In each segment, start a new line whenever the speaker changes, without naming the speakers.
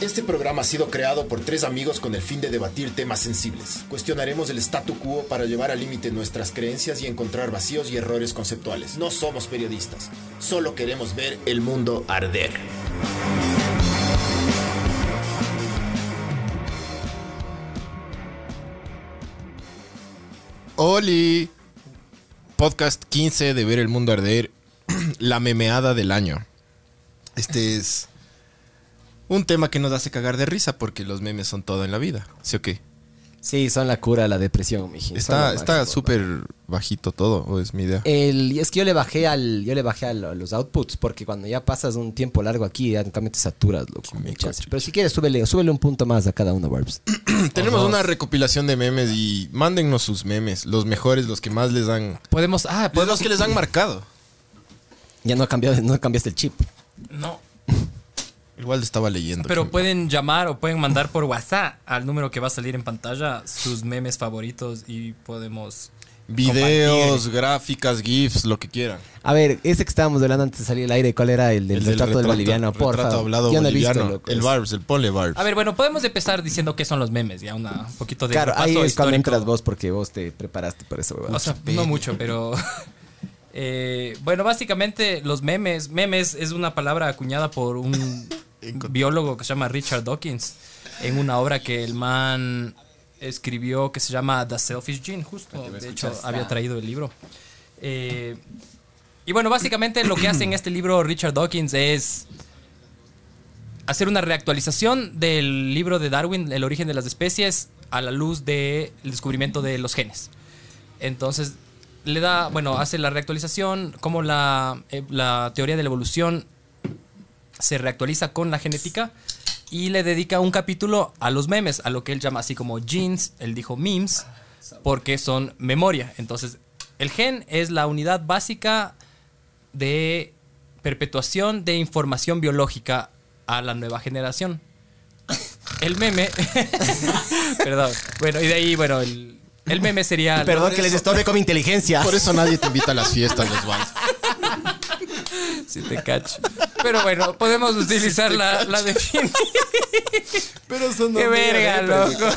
Este programa ha sido creado por tres amigos con el fin de debatir temas sensibles. Cuestionaremos el statu quo para llevar al límite nuestras creencias y encontrar vacíos y errores conceptuales. No somos periodistas, solo queremos ver el mundo arder.
Oli, podcast 15 de Ver el Mundo Arder, la memeada del año. Este es un tema que nos hace cagar de risa porque los memes son todo en la vida, ¿sí o qué?
Sí, son la cura a la depresión, mijín. Son lo
Está está
máximo,
súper bajito todo, o es mi idea.
El, y es que yo le bajé al, yo le bajé a lo- los outputs, porque cuando ya pasas un tiempo largo aquí, ya realmente saturas, loco.
me
muchas.
coche.
Pero si quieres, súbele, súbele un punto más a cada uno, Barbs.
Tenemos una recopilación de memes y mándennos sus memes, los mejores, los que más les han...
Podemos. Ah, podemos.
Los que les han marcado.
Ya no, cambiado, no cambiaste el chip.
No.
Igual estaba leyendo.
Pero
que-
pueden llamar o pueden mandar por WhatsApp al número que va a salir en pantalla sus memes favoritos y podemos.
Videos,
compartir.
gráficas, GIFs, lo que quieran.
A ver, ese que estábamos hablando antes de salir al aire, ¿cuál era el del
El
retrato del boliviano? Por
retrato
favor.
hablado
Yo no he visto,
boliviano.
loco,
el
eso.
Barbs, el Pole Barbs.
A ver, bueno, podemos empezar diciendo qué son los memes, ya una, un poquito de
Claro,
repaso
ahí es cuando
histórico.
entras vos porque vos te preparaste para eso, huevón.
O sea, no mucho, pero. eh, bueno, básicamente los memes. Memes es una palabra acuñada por un biólogo que se llama Richard Dawkins en una obra que el man escribió que se llama The Selfish Gene, justo. De hecho, había traído el libro. Eh, y bueno, básicamente lo que hace en este libro Richard Dawkins es hacer una reactualización del libro de Darwin, El origen de las especies, a la luz del descubrimiento de los genes. Entonces, le da, bueno, hace la reactualización, como la, eh, la teoría de la evolución se reactualiza con la genética y le dedica un capítulo a los memes, a lo que él llama así como genes, él dijo memes, porque son memoria. Entonces, el gen es la unidad básica de perpetuación de información biológica a la nueva generación. El meme. Perdón. Bueno, y de ahí, bueno, el, el meme sería.
Perdón que les estorbe con mi inteligencia.
Por eso nadie te invita a las fiestas, los Barbs.
Si te cacho. Pero bueno, podemos utilizar la, la definición.
Pero eso no
Qué
me
verga,
haré, pero-
loco.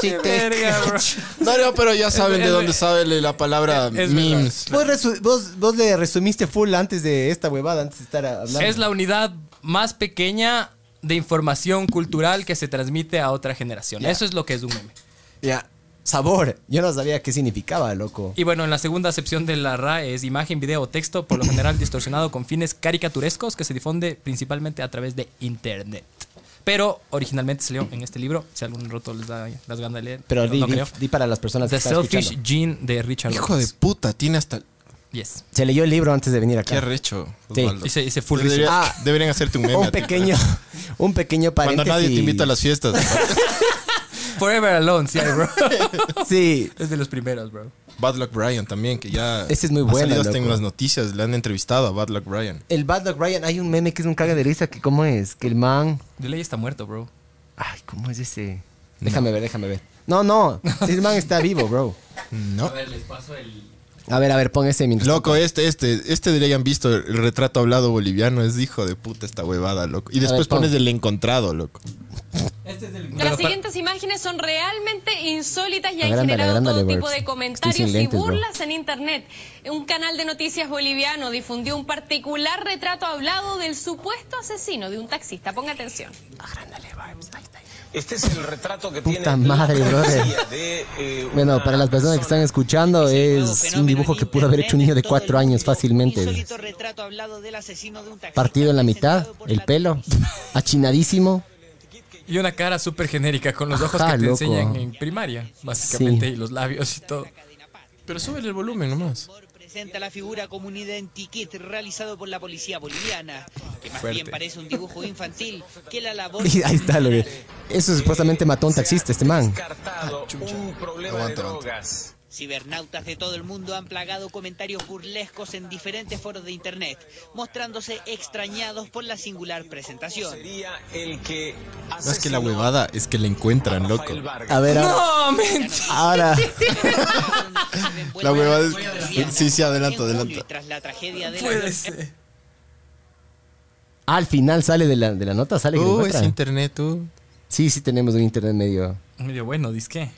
Qué verga, bro.
No, no, pero ya saben de
es-
dónde sale la palabra
es
memes.
Vos, resu- vos, vos le resumiste full antes de esta huevada, antes de estar hablando.
Es la unidad más pequeña de información cultural que se transmite a otra generación. Eso es lo que es un meme.
Ya. Sabor. Yo no sabía qué significaba, loco.
Y bueno, en la segunda acepción de la RAE es imagen, video o texto, por lo general distorsionado con fines caricaturescos que se difunde principalmente a través de internet. Pero originalmente salió en este libro, si algún roto les da las ganas de leer.
Pero
no,
di,
no
di-
creo.
di para las personas que
The
están
Selfish
escuchando.
Gene de Richard
Hijo de
Dawkins.
puta, tiene hasta...
Yes.
Se leyó el libro antes de venir
Qué
acá.
arrecho,
Sí.
Osvaldo.
Hice, hice full
Deberías-
research.
Ah.
Deberían hacerte un meme. a
un
ti.
pequeño, un pequeño paréntesis.
Cuando nadie te invita a las fiestas.
Forever Alone, sí, bro.
Sí.
es de los primeros, bro.
Bad Luck Brian también, que ya...
Ese es muy
ha
bueno,
salido hasta en
loco.
las noticias, le han entrevistado a Bad Luck Brian.
El Bad Dog Ryan, hay un meme que es un caga de risa que cómo es, que el man...
De ley está muerto, bro.
Ay, ¿cómo es ese? Déjame ver, déjame ver. No, no. El man está vivo, bro.
No.
ver, les paso el.
A ver, a ver, pon ese mientras.
Loco, este, este, este deberían visto el retrato hablado boliviano, es hijo de puta esta huevada, loco. Y después
ver, pon.
pones el encontrado, loco.
Este es
Las siguientes imágenes son realmente insólitas y han
Agrándale,
generado
agrándale,
todo tipo
Barbs.
de
Estoy
comentarios
sin
y
lentes, bro.
burlas en internet. Un canal de noticias boliviano difundió un particular retrato hablado del supuesto asesino de un taxista. Ponga atención.
Este es el retrato que
Puta
tiene la
madre, brother.
policía de, eh,
Bueno,
una
para las personas que están escuchando, es un dibujo que pudo haber hecho un niño de cuatro años fácilmente. Partido en la mitad, el pelo, achinadísimo.
Y una cara súper genérica con los ojos
Ajá,
que te
loco.
enseñan en primaria, básicamente,
Sí.
y los labios y todo.
Pero sube el volumen nomás.
Presenta la figura como un identikit realizado por la policía boliviana, que más
Fuerte.
bien parece un dibujo infantil que la labor.
Y ahí está, lo que. Eso supuestamente mató a un taxista, este man.
descartado un problema
Ah, Aguanta,
de
aguanta.
drogas.
Cibernautas de todo el mundo han plagado comentarios burlescos en diferentes foros de internet, mostrándose extrañados por la singular presentación.
Sería el que
No es que la
asesinó
huevada es que la
a
encuentran, loco.
Rafael Vargas.
A ver, ahora.
¡No, mentira!
ahora.
La huevada es
boliviana.
Sí, sí,
En
adelanta,
julio,
adelanta.
y Tras la tragedia de la
Puede ser.
Al final sale de la, de la nota, sale que lo
Uh, es
encuentran.
internet, tú.
Sí, sí tenemos un internet medio...
Medio bueno, disque.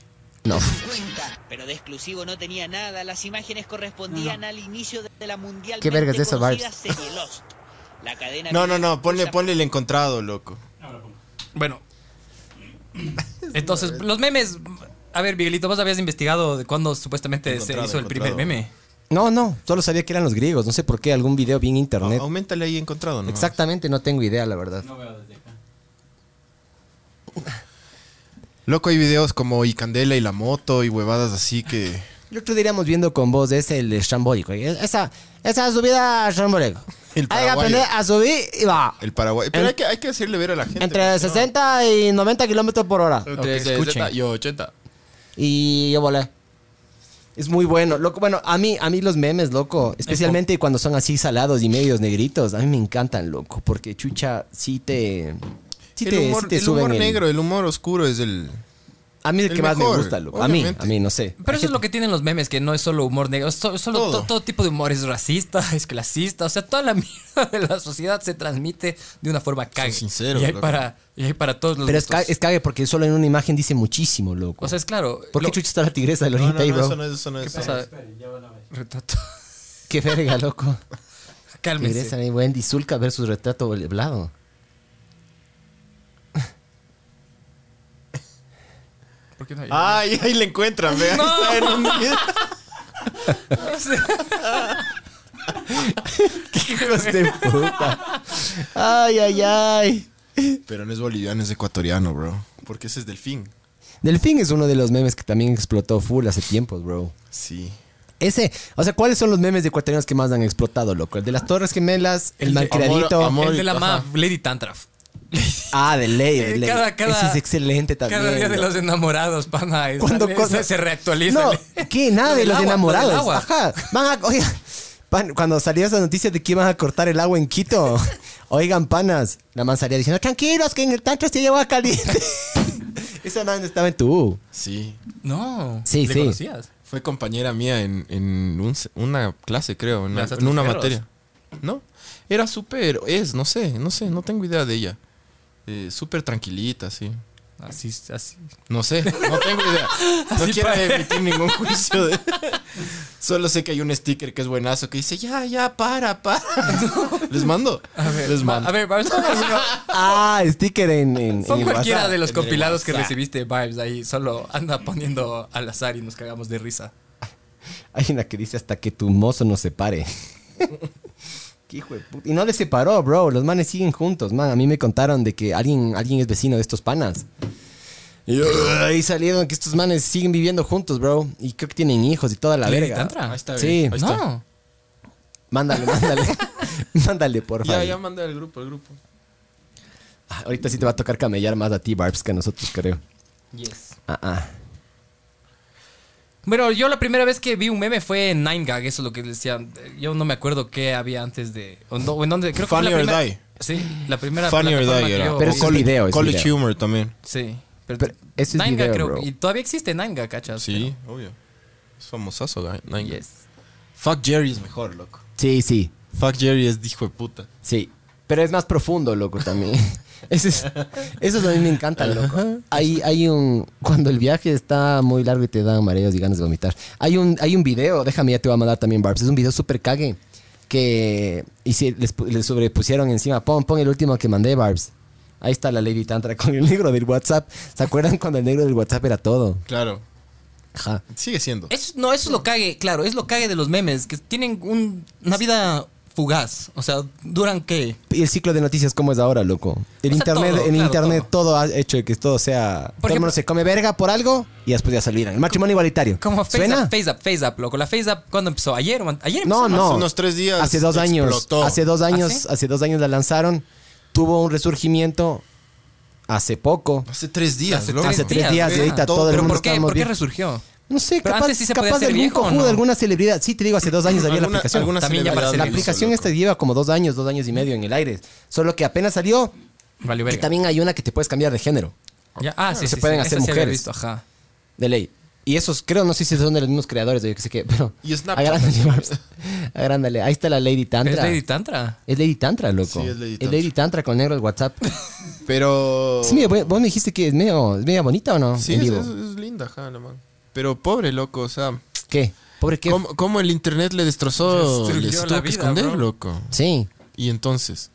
No.
cuenta, pero de exclusivo no tenía nada. Las imágenes correspondían al inicio de la mundial.
¿Qué vergas de eso, Barbs?
serie Lost. La cadena
No, no, no, ponle, ponle el encontrado, loco.
Bueno. Entonces, los memes. A ver, Miguelito, vos habías investigado de cuándo supuestamente se
Encontrado,
hizo el primer
encontrado.
meme.
No, no, solo sabía que eran los griegos, no sé por qué, algún video bien internet.
A- Aumentale ahí encontrado, ¿no?
Exactamente, no tengo idea, la verdad.
Loco, hay videos como Y Candela y la moto y huevadas así que.
Lo que diríamos viendo con vos es el Shambólico. Esa, esa subida Shambólico.
El
Hay que
paraguayo.
aprender a subir y va.
El Paraguay. Pero
El-
hay, que, hay que hacerle ver a la gente.
Entre 60 y 90 kilómetros por hora.
Ok, escuchen.
yo 80.
Y yo volé. Es muy bueno. Loco, bueno, a mí, a mí los memes, loco, especialmente cuando son así salados y medios negritos, a mí me encantan, loco, porque chucha, sí te. Sí
el
te,
humor,
sí te
el
suben
humor
el-
negro, el humor oscuro es el.
A mí es el,
el
que más
mejor,
me gusta, loco. A mí,
obviamente.
a mí, no sé.
Pero eso es lo que tienen los memes, que no es solo humor negro, es so- solo
Todo.
to- todo. tipo de humor es racista, es clasista, o sea, toda la mierda de la sociedad se transmite de una forma cague.
sinceros,
y hay
loco.
para y hay para todos los
Pero es, ca-
gustos.
es cague porque solo en una imagen dice muchísimo, loco.
O sea, es claro.
¿Por qué
lo-
chucha está la tigresa del
No, no,
Oriente ahí,
no,
bro?
eso no es. Eso no es
o
eso no
sea,
es.
retrato.
Qué verga, loco. Tigresa
Cálmense.
ahí, Wendy Zulka versus retrato blado.
¿Por qué no hay?
Ay, ahí le encuentran, vea. ahí está en un video.
O sea,
Hijos de puta. Ay, ay, ay.
Pero no es boliviano, es ecuatoriano, bro. Porque ese es delfín.
Delfín es uno de los memes que también explotó full hace tiempos, bro.
Sí.
Ese, o sea, ¿cuáles son los memes de ecuatorianos que más han explotado, loco? El de las Torres Gemelas, el,
El de-
malcriadito.
Amor,
el de la
ajá.
MAF, Lady Tantraf.
Ah, de ley, de
Eh,
ley.
cada- cada-
Ese es excelente también.
Cada día de
loco.
los enamorados, pana. es-
Cuando
sale-
cosa-
se, se reactualiza.
No, ¿qué? Nada
Lo
de
del
los
agua, lo del
enamorados.
agua.
Ajá. Van a, oiga, pan- cuando salió esa noticia de que iban a cortar el agua en Quito, oigan, panas, la man salía diciendo, tranquilos, que en el tanque se lleva caliente. esa man estaba en tu.
Sí.
No.
Sí,
¿le
sí.
conocías?
Fue compañera mía en, en un se- una clase, creo, en,
¿Le
en
lanzaste
una
los
materia. ¿No? Era súper, es, no sé, no sé, no tengo idea de ella. Eh, súper tranquilita, sí.
Así, así.
No sé, no tengo idea. No
Así
quiero
parece.
emitir ningún juicio. de- Solo sé que hay un sticker que es buenazo que dice, ya, ya, para, para. Les mando.
A ver,
Les
va-
mando.
a ver, vamos a ver.
Ah, sticker en, en,
Son
en el
cualquiera
WhatsApp.
de los
En el
compilados que
WhatsApp.
recibiste Vibes ahí, solo anda poniendo al azar y nos cagamos de risa.
Hay una que dice hasta que tu mozo nos separe. Qué hijo de puta. Y no le separó, bro. Los manes siguen juntos, man. A mí me contaron de que alguien, alguien es vecino de estos panas. Y ahí salieron que estos manes siguen viviendo juntos, bro. Y creo que tienen hijos y toda la
¿Lady
verga.
Tantra?
Ahí está, ve.
Sí.
Ahí está.
No.
Mándale, mándale. mándale, por
Ya,
favor.
ya mandé al grupo, al grupo.
Ah, Ahorita sí te va a tocar camellar más a ti, Barbs, que a nosotros, creo.
Yes.
Ah, ah.
Bueno, yo la primera vez que vi un meme fue en Nine Gag, eso es lo que decían. Yo no me acuerdo qué había antes de. O, no- o en dónde. Creo que fue
Funny
la
or
primera-
Die.
Sí, la primera.
Funny or
plataforma
Die
que
era.
yo
Pero
vi.
eso es video, es
College
video.
Humor también.
Sí. Pero,
Pero eso es
Nine
video,
Gag creo.
bro.
Y todavía existe Nine Gag, ¿cachas?
Sí, obvio. Es famosazo, Guy- Nine Gag.
Yes.
Fuck Jerry es mejor, loco.
Sí, sí.
Fuck Jerry es de hijo de puta.
Sí. Pero es más profundo, loco, también. Eso es, esos a mí me encanta, loco. Hay, hay un... Cuando el viaje está muy largo y te dan mareos y ganas de vomitar. Hay un, hay un video, déjame, ya te voy a mandar también, Barbs. Es un video súper cague que y si les, pu- les sobrepusieron encima. Pon, pon el último que mandé, Barbs. Ahí está la Lady Tantra con el negro del WhatsApp. ¿Se acuerdan cuando el negro del WhatsApp era todo?
Claro.
Ajá.
Sigue siendo.
Eso, no, eso es lo cague, claro, es lo cague de los memes, que tienen un- una vida fugaz. O sea, duran qué?
Y el ciclo de noticias, ¿cómo es ahora, loco? El
O sea,
internet,
todo,
en
claro,
internet
todo.
todo. ha hecho que todo sea. todo el
ejemplo-
mundo se come verga por algo y después ya se olvidan. El matrimonio igualitario.
Como Face
¿Suena?
Up, Face Up, Face Up, loco. La Face Up, ¿cuándo empezó? ¿Ayer? o an- ¿Ayer
no,
empezó?
no.
Hace unos tres días
Hace dos años.
explotó.
Hace dos años.
¿Ah, sí?
Hace dos años la lanzaron. Tuvo un resurgimiento hace poco.
Hace tres días,
Hace
loco.
Hace tres días,
días,
y ahorita
todo,
todo, el
¿Pero
mundo
por qué?
estábamos
¿Por qué
bien.
resurgió?
No sé,
Pero
capaz,
antes sí se podía
capaz de
ser
algún
viejo, ¿o
cojudo,
no?
alguna celebridad. Sí, te digo, hace dos años había la
Alguna-
aplicación.
alguna
También ya para
celebridad
la
le puso,
aplicación
loco.
esta lleva como dos años, dos años y medio en el aire. Solo que apenas salió,
Valió
que
verga.
también hay una que te puedes cambiar de género.
Ya, ah, sí,
Se
sí,
pueden
sí,
hacer
esa sí había
mujeres.
visto, ajá.
De ley. Y esos, creo, no sé si son de los mismos creadores, o yo qué sé qué, pero.
Y Snapchat
Agrándale, Barbs. Agrándale. Ahí está la Lady Tantra.
¿Es Lady Tantra?
Es Lady Tantra, loco.
Sí, es Lady
Es Lady Tantra con negro el WhatsApp.
Pero.
Es medio bu- vos me dijiste que es medio, es medio bonita o no?
Sí,
En
es,
vivo.
es- es linda, ajá, la man. Pero pobre, loco, o sea.
¿Qué? Pobre que.
¿cómo, cómo el internet le destrozó?
Destruyó
Les
la
tuvo que
vida,
esconder,
bro.
loco.
Sí.
Y entonces.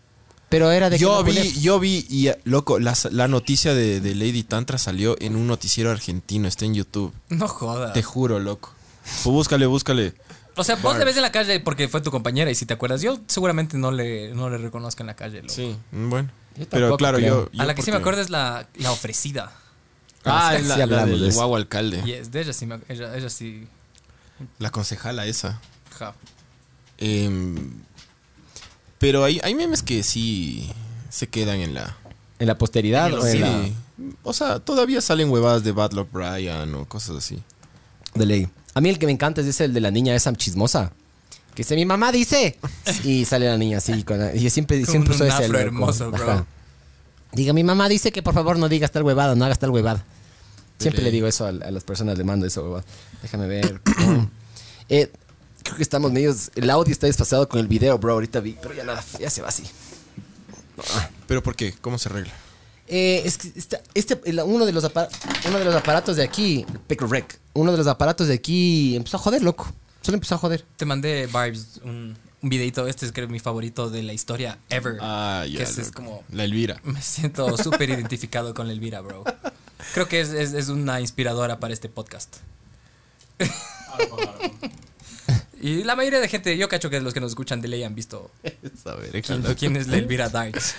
Pero era de que
Yo
no
vi,
poner-
yo vi, y eh, loco, la, sa- la noticia de, de Lady Tantra salió en un noticiero argentino, está en YouTube.
No jodas.
Te juro, loco.
Pues
Tú búscale, búscale.
O sea, vos le ves en la calle porque fue tu compañera y si te acuerdas, yo seguramente no le, no le reconozco en la calle. loco.
Sí, mm, bueno.
Yo
Pero
tampoco
claro,
creo.
yo, yo
A la que sí me
porque-
acuerdo es la, la ofrecida.
Ah,
Sí,
la,
sí
la
hablamos de
del
eso.
guau alcalde.
Y es de ella sí, me, ella, ella sí.
La concejala esa.
ja.
Em, pero hay, hay memes que sí se quedan en la...
En la posteridad o en
sí.
la.
O sea, todavía salen huevadas de Battle of Brian o cosas así.
De ley. A mí el que me encanta es ese, el de la niña esa chismosa. Que dice, mi mamá dice. Y sale la niña así. Con la- y yo siempre,
Con
siempre
un
uso ese.
afro
loco.
hermoso, bro.
Diga, mi mamá dice que por favor no digas tal huevada, no hagas tal huevada. Siempre
ley.
le digo eso a, a las personas, le mando eso, huevada. Déjame ver. Eh, creo que estamos medios... El audio está desfasado con el video, bro. Ahorita vi, pero ya nada, ya se va así.
¿Pero por qué? ¿Cómo se arregla?
Eh, es que esta- este, el- uno, de los apar- uno de los aparatos de aquí, Pecorec, uno de los aparatos de aquí empezó a joder, loco. Solo empezó a joder.
Te mandé vibes, un, un videito. Este es creo mi favorito de la historia ever.
Ah, ya.
Que este es
loco.
como.
La Elvira.
Me siento súper identificado con la Elvira, bro. Creo que es, es- es una inspiradora para este podcast. y la mayoría de gente, yo cacho que los que nos escuchan de ley han visto
A ver,
quién, quién es la Elvira Darks.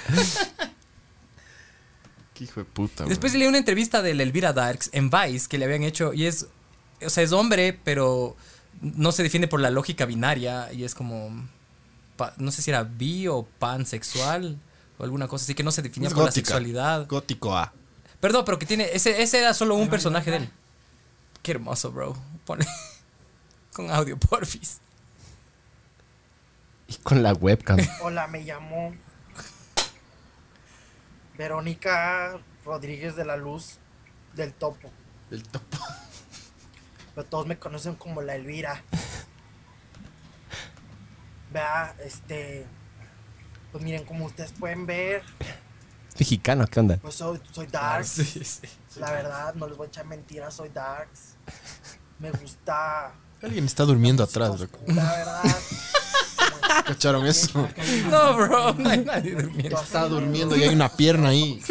Qué hijo de puta,
Después
bro.
leí una entrevista de la Elvira Darks en Vice que le habían hecho y es, o sea, es hombre, pero no se define por la lógica binaria y es como, pa- no sé si era bi o pansexual o alguna cosa así que no se definía
Es
por la
gótica.
sexualidad.
Gótico A.
Perdón, pero que tiene. Ese, ese era solo un personaje de él. Qué hermoso, bro. Ponle. Con audio, porfis.
Y con la webcam.
Hola, me llamo Verónica Rodríguez de la Luz del Topo,
El topo.
pero todos me conocen como la Elvira. Vea, este, pues miren, como ustedes pueden ver,
Mexicano, ¿qué onda?
pues soy, soy Darks,
Ah,
Sí, sí.
la verdad, no les voy a echar mentiras, soy Darks. Me gusta...
Alguien está durmiendo atrás, loco.
La verdad.
¿Cacharon eso?
No, bro. No hay nadie durmiendo.
Está durmiendo y hay una pierna ahí.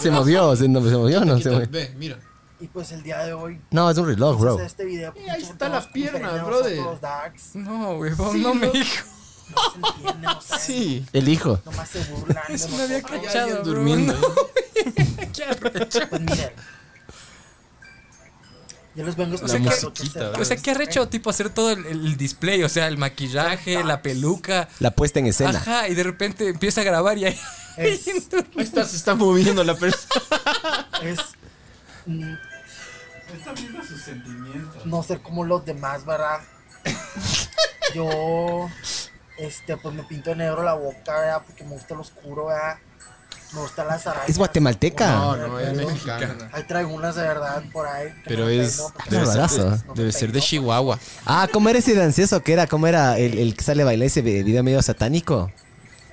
Se movió, se, no, se movió, no se movió.
Ve, mira.
Y pues el día de hoy...
No, es un reloj, bro.
vamos a hacer Este video,
ahí está la pierna, brother.
bro. Darks,
No, huevón, no me dijo.
no se entiende, no saben
Sí.
este.
El hijo.
Nomás se burlan. de
No me había
nosotros.
cachado, bro.
durmiendo.
No. Qué arrecho.
Pues miren. Yo les vengo
sea,
explicando
musiquita,
qué
O sea, qué arrecho, tipo, hacer todo el, el display. O sea, el maquillaje, la peluca.
La puesta en escena.
Ajá, y de repente empieza a grabar y ahí.
es, es,
Ahí está, se está moviendo la persona.
mm, No ser como los demás, ¿verdad? Yo, este, pues me pinto negro la boca, ¿verdad? Porque me gusta lo oscuro, ¿verdad? Me gustan las arañas.
¿Es guatemalteca?
No, no, es mexicana.
Ahí traigo unas de verdad por ahí. que
Pero
no me
es. ¿eh?
peino, porque
debe
no me
ser-
peino, no me
Debe ser de
peino.
Chihuahua.
Ah, ¿cómo era ese dancioso que era? ¿Cómo era el, el que sale a bailar ese vi- video medio satánico?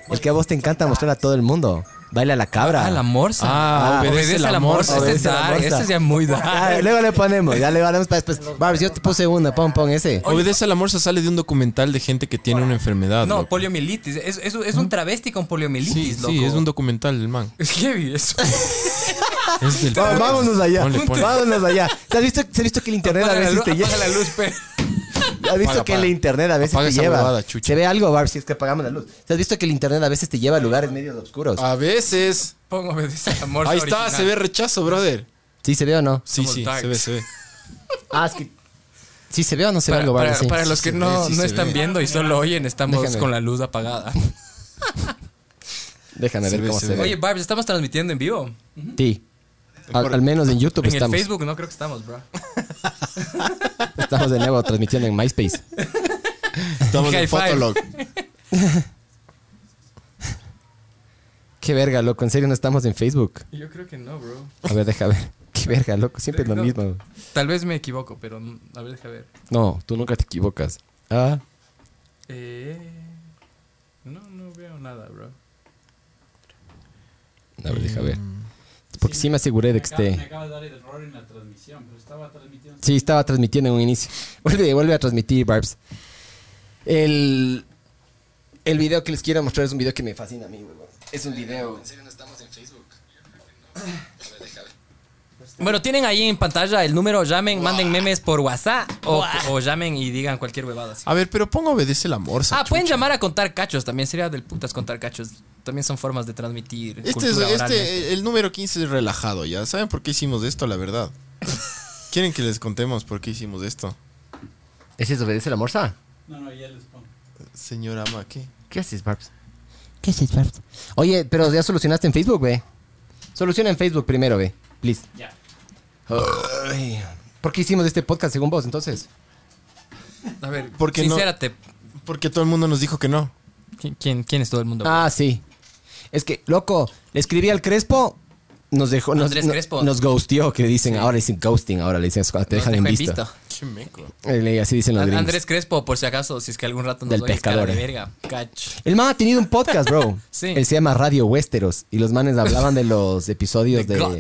El que a vos te encanta mostrar a todo el mundo. Baila la cabra.
Ah, la morsa.
Ah, obedece
obedece a
la
la morsa.
morsa.
Obedece
Este es
a la
dark.
morsa.
Este es ya muy
Ah,
dark.
luego le ponemos, ya le ponemos para después. Barbs, yo te puse una, pon, pon ese.
Obedece a la morsa sale de un documental de gente que tiene una enfermedad.
No,
loco.
poliomielitis. Es, es, es un travesti con
Sí,
poliomielitis, loco. Ah,
sí, es un documental, el man.
Es heavy eso.
Es del
Va- vámonos allá,
Ponle, ponle.
vámonos allá. ¿Se has visto, se ha visto que el internet
Apaga
a
la,
veces
luz,
te lleva?
apaga la luz, pe.
¿Has visto
Apaga,
que el
apaga.
internet a veces
Apaga
te
esa
lleva?
huevada, chucha.
Se ve algo, Barb, si es que apagamos la luz. ¿Te has visto que el internet a veces te lleva a lugares medios oscuros?
A veces.
Pongo obedece a la morsa
Ahí está,
original.
se ve rechazo, brother.
¿Sí se ve o no?
Sí,
Somos
sí,
darks.
se ve, se ve.
Ah, es que. ¿Sí se ve o no se ve
Para,
algo, Barb?
para-
Sí.
para los que
se
no,
ve, sí
no
se
están
ve.
viendo y solo oyen, estamos
Déjame.
con la luz apagada.
Déjame
se
ver
ve,
cómo
se
se
ve.
ve.
Oye, Barbs, estamos transmitiendo en vivo.
Sí. Al, al menos en YouTube
En
estamos.
el Facebook no creo que estamos, bro.
Estamos de nuevo transmitiendo en MySpace.
Estamos
High
en
five.
Fotolog.
Qué verga, loco. En serio no estamos en Facebook.
Yo creo que no, bro.
A ver, deja ver. Qué verga, loco. Siempre es lo
No.
mismo.
Tal vez me equivoco, pero mm, a ver, déjame ver.
No, tú nunca te equivocas. Ah,
Eh, no, no veo nada, bro.
a ver, deja ver. Porque sí me aseguré de que esté.
Mm. acaba de dar error en la transmisión, pero estaba transmitiendo.
Sí, estaba transmitiendo en un inicio. Vuelve, vuelve a transmitir, Barbs. El, el video que les quiero mostrar es un video que me fascina a mí, huevón. Es un video.
Bueno, tienen ahí en pantalla el número, llamen, manden memes por WhatsApp o, o llamen y digan cualquier huevada así.
A ver, pero pongo obedece la morsa.
Ah, pueden llamar a contar cachos, también sería del putas contar cachos. También son formas de transmitir.
Este, es,
cultura oralmente.
este, el número 15 es relajado, ¿ya? ¿Saben por qué hicimos esto, la verdad? ¿Quieren que les contemos por qué hicimos esto?
¿Ese es obedece la morsa?
No, no, ya les pongo.
Señora Ma, ¿qué?
¿Qué haces, Barbs?
¿Qué es eso, Barbs? Oye, pero ya solucionaste en Facebook, ve. Soluciona en Facebook primero, ve. Please.
Ya.
Ay, ¿Por qué hicimos este podcast según vos entonces?
A ver,
Porque no-
sincérate.
Porque todo el mundo nos dijo que no.
¿Qui- ¿Quién, quién es todo el mundo?
Ah, sí. Es que, loco, le escribí al Crespo, nos dejó, nos,
Andrés
no-
Crespo.
nos ghosteó, que dicen, ahora dicen ghosting, ahora le dicen, te
Nos
dejan en
dejó en
visto.
visto.
Qué meco.
Eh, le- así dicen los
An-
gringos.
Andrés Crespo, por si acaso, si es que algún rato nos
Del
oyes, cara
pescador, eh.
de verga. Cach.
El man ha tenido un podcast, bro.
Sí.
Él se llama Radio Westeros. Y los manes hablaban de los episodios
De
de,
God.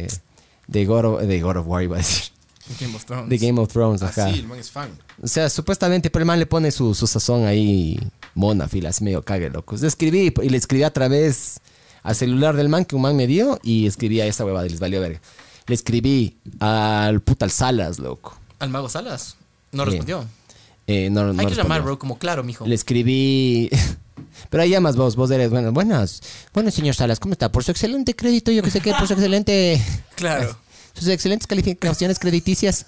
de, God of, de God of War, iba a decir.
Game of Thrones.
De Game of Thrones,
Ah,
ajá.
sí, el man es fan.
O sea, supuestamente, pero el man le pone su, su sazón ahí mona, fila, así medio cague, loco. Le escribí y le escribí a través al celular del man que un man me dio y escribí a esa huevada y les valió verga. Le escribí al puta al Salas, loco.
Al mago Salas. No
Sí.
respondió.
Eh, no, no
Hay que
respondió.
llamar, bro, como claro, mijo.
Le escribí. Pero ahí llamas vos, vos eres bueno. Buenas. Bueno, señor Salas, ¿cómo está? Por su excelente crédito, yo que sé qué, por su excelente.
Claro.
Sus excelentes calificaciones crediticias.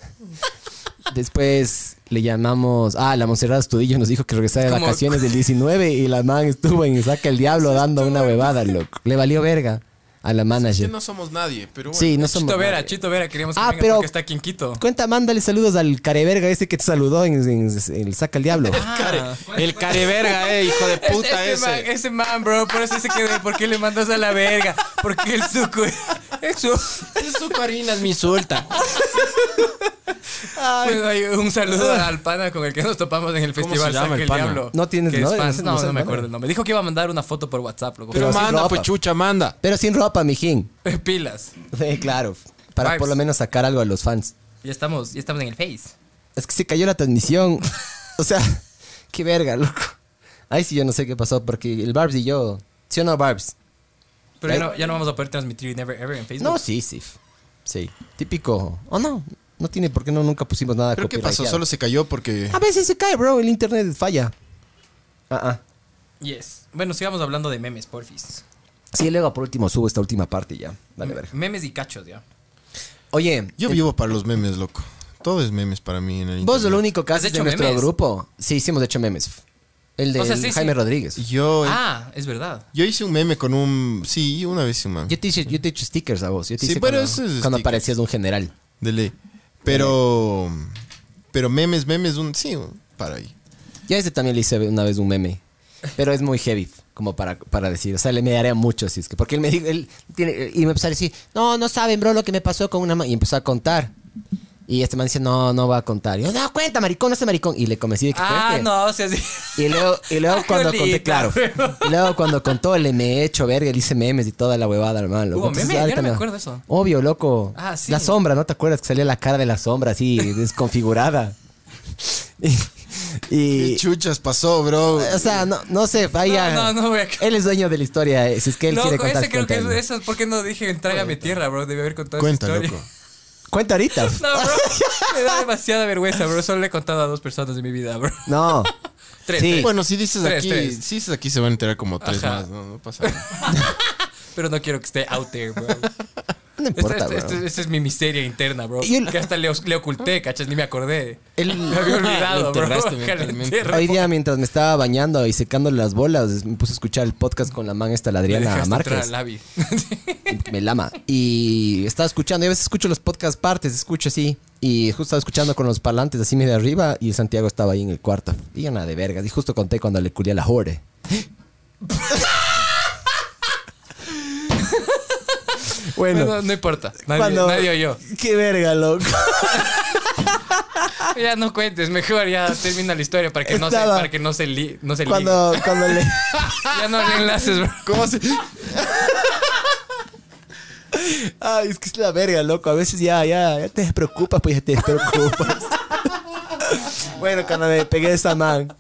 Después le llamamos. Ah, la Monserrat Estudillo nos dijo que regresaba de
Como-
vacaciones del 19 y la man estuvo en Saca el Diablo dando una huevada, loco. Le valió verga a la
Que
manager.
no somos nadie, pero bueno.
Sí, no somos.
Chito Vera,
nadie.
Chito Vera, queríamos que
Ah,
venga
pero-
porque está aquí en Quito.
Cuenta, mándale saludos al careverga ese que te saludó en, en- en el Saca el Diablo.
Ah.
El careverga, eh, hijo de puta
Ese- ese, este Man, eh.
ese.
ese man, bro, por eso se quedó. ¿Por qué le mandas a la verga? Porque el suco. Eso.
Eso, Carinas, me insulta.
Bueno, hay Pues, un saludo al pana con el que nos topamos en el
¿Cómo
festival
se llama
Saca
el
el
pana?
Diablo.
No tienes,
que es
¿no?
fan.
Ese no
No,
es
no,
el
me
pana.
acuerdo el nombre. Dijo que iba a mandar una foto por WhatsApp, loco.
Pero
Pero sin
manda,
ropa.
pues chucha, manda.
Pero sin ropa, mijín.
Pilas.
Eh, claro. Para
Vibes.
por lo menos sacar algo a los fans.
Ya estamos, ya estamos en el Face.
Es que se cayó la transmisión. O sea, qué verga, loco. Ahí sí yo no sé qué pasó porque el Barbs y yo. ¿Sí o no, Barbs?
Pero ya
Ahí-
no, ya no vamos a poder transmitir Never Ever en Facebook.
No, sí, sí. Sí. Típico. Oh, no. No tiene por qué no. Nunca pusimos nada
¿Pero qué pasó?
copyrighteado.
Solo se cayó porque...
A veces se cae, bro. El internet falla. Ah, ah.
Yes. Bueno, sigamos hablando de memes, porfis.
Sí, luego por último subo esta última parte y ya. Dale, verga.
Memes y cachos, ya.
Oye,
Yo vivo para los memes, loco. Todo es memes para mí en el
vos
internet.
lo único que
¿Has
haces de
hecho
nuestro
memes?
grupo. Sí, hicimos de hecho memes. El de
O sea, sí,
Jaime
sí.
Rodríguez.
Yo, eh,
Ah, es verdad.
yo hice un meme con un... Sí, una vez hice un meme.
Yo te hice, yo te he hecho stickers a vos. Yo te
Sí,
hice
pero
cuando,
eso es
cuando
stickers.
parecías un general.
De ley. Pero... Pero memes, memes, un... Sí, un- para ahí.
Yo a ese también le hice una vez un meme. Pero es muy heavy, como para, para decir. O sea, le me daría mucho, si es que. Porque él me dijo, él tiene, y me empezó a decir, no, no saben, bro, lo que me pasó con una ma-". Y empezó a contar. Y este man dice, no, no va a contar. Y yo, no, cuenta, maricón, no sé, maricón. Y le convencí de que
Ah,
cuente.
no, o sea, sí.
Y luego, y luego cuando conté,
Jolita,
claro.
pero-
Y luego cuando contó, le me he hecho verga, le hice memes y toda la huevada, hermano.
¿Hubo
Entonces,
meme? Yo no
ahorita
me acuerdo eso.
Obvio, loco.
Ah, sí.
La sombra, ¿no te acuerdas que salía la cara de la sombra así, desconfigurada? Y.
¿Qué
y-
chuchas pasó, bro?
o sea, no, no sé, vaya.
No, no, no voy a-
Ah, Él es dueño de la historia, eh, si es que él quiere
Loco,
contar.
ese creo que es,
cuenta,
eso es porque no dije en mi tierra, bro. Debe haber contado
Cuenta,
esa historia.
loco.
Cuenta ahorita.
No, bro. Me da demasiada vergüenza, bro. Solo le he contado a dos personas de mi vida, bro.
No.
Tres.
Sí.
tres.
Bueno, si dices
Tres,
aquí...
tres.
Si dices aquí se van a enterar como tres
Ajá.
más. No, no pasa nada.
Pero no quiero que esté out there, bro.
No
Esta
importa,
este,
bro.
este- este es mi misteria interna, bro.
Y Ah, el-
Que hasta le, os- le oculté, cachas, ni me acordé.
Él-
Me había olvidado, bro.
enterraste
Ojalá
mentalmente.
entierro.
Hoy día, mientras me estaba bañando y secándole las bolas, me puse a escuchar el podcast con la man esta, la
Me
Adriana
dejaste entrar
Márquez.
al Lavi.
me lama. Y estaba escuchando, y a veces escucho los podcast partes, escucho así. Y justo estaba escuchando con los parlantes así medio arriba y Santiago estaba ahí en el cuarto. Y yo nada de vergas. Y justo conté cuando le culé a la jore. Bueno.
Bueno, no importa. Nadie,
Cuando-
nadie oyó.
Qué verga, loco.
Ya no cuentes, mejor ya termina la historia para que no se,
Estaba-
para que no se, li- no se ligue.
Cuando, cuando le.
Ya no le enlaces, bro.
¿Cómo se.?
Ay, es que es la verga, loco. A veces ya, ya, ya te despreocupas, pues ya te despreocupas. bueno, cuando le pegué a esa man.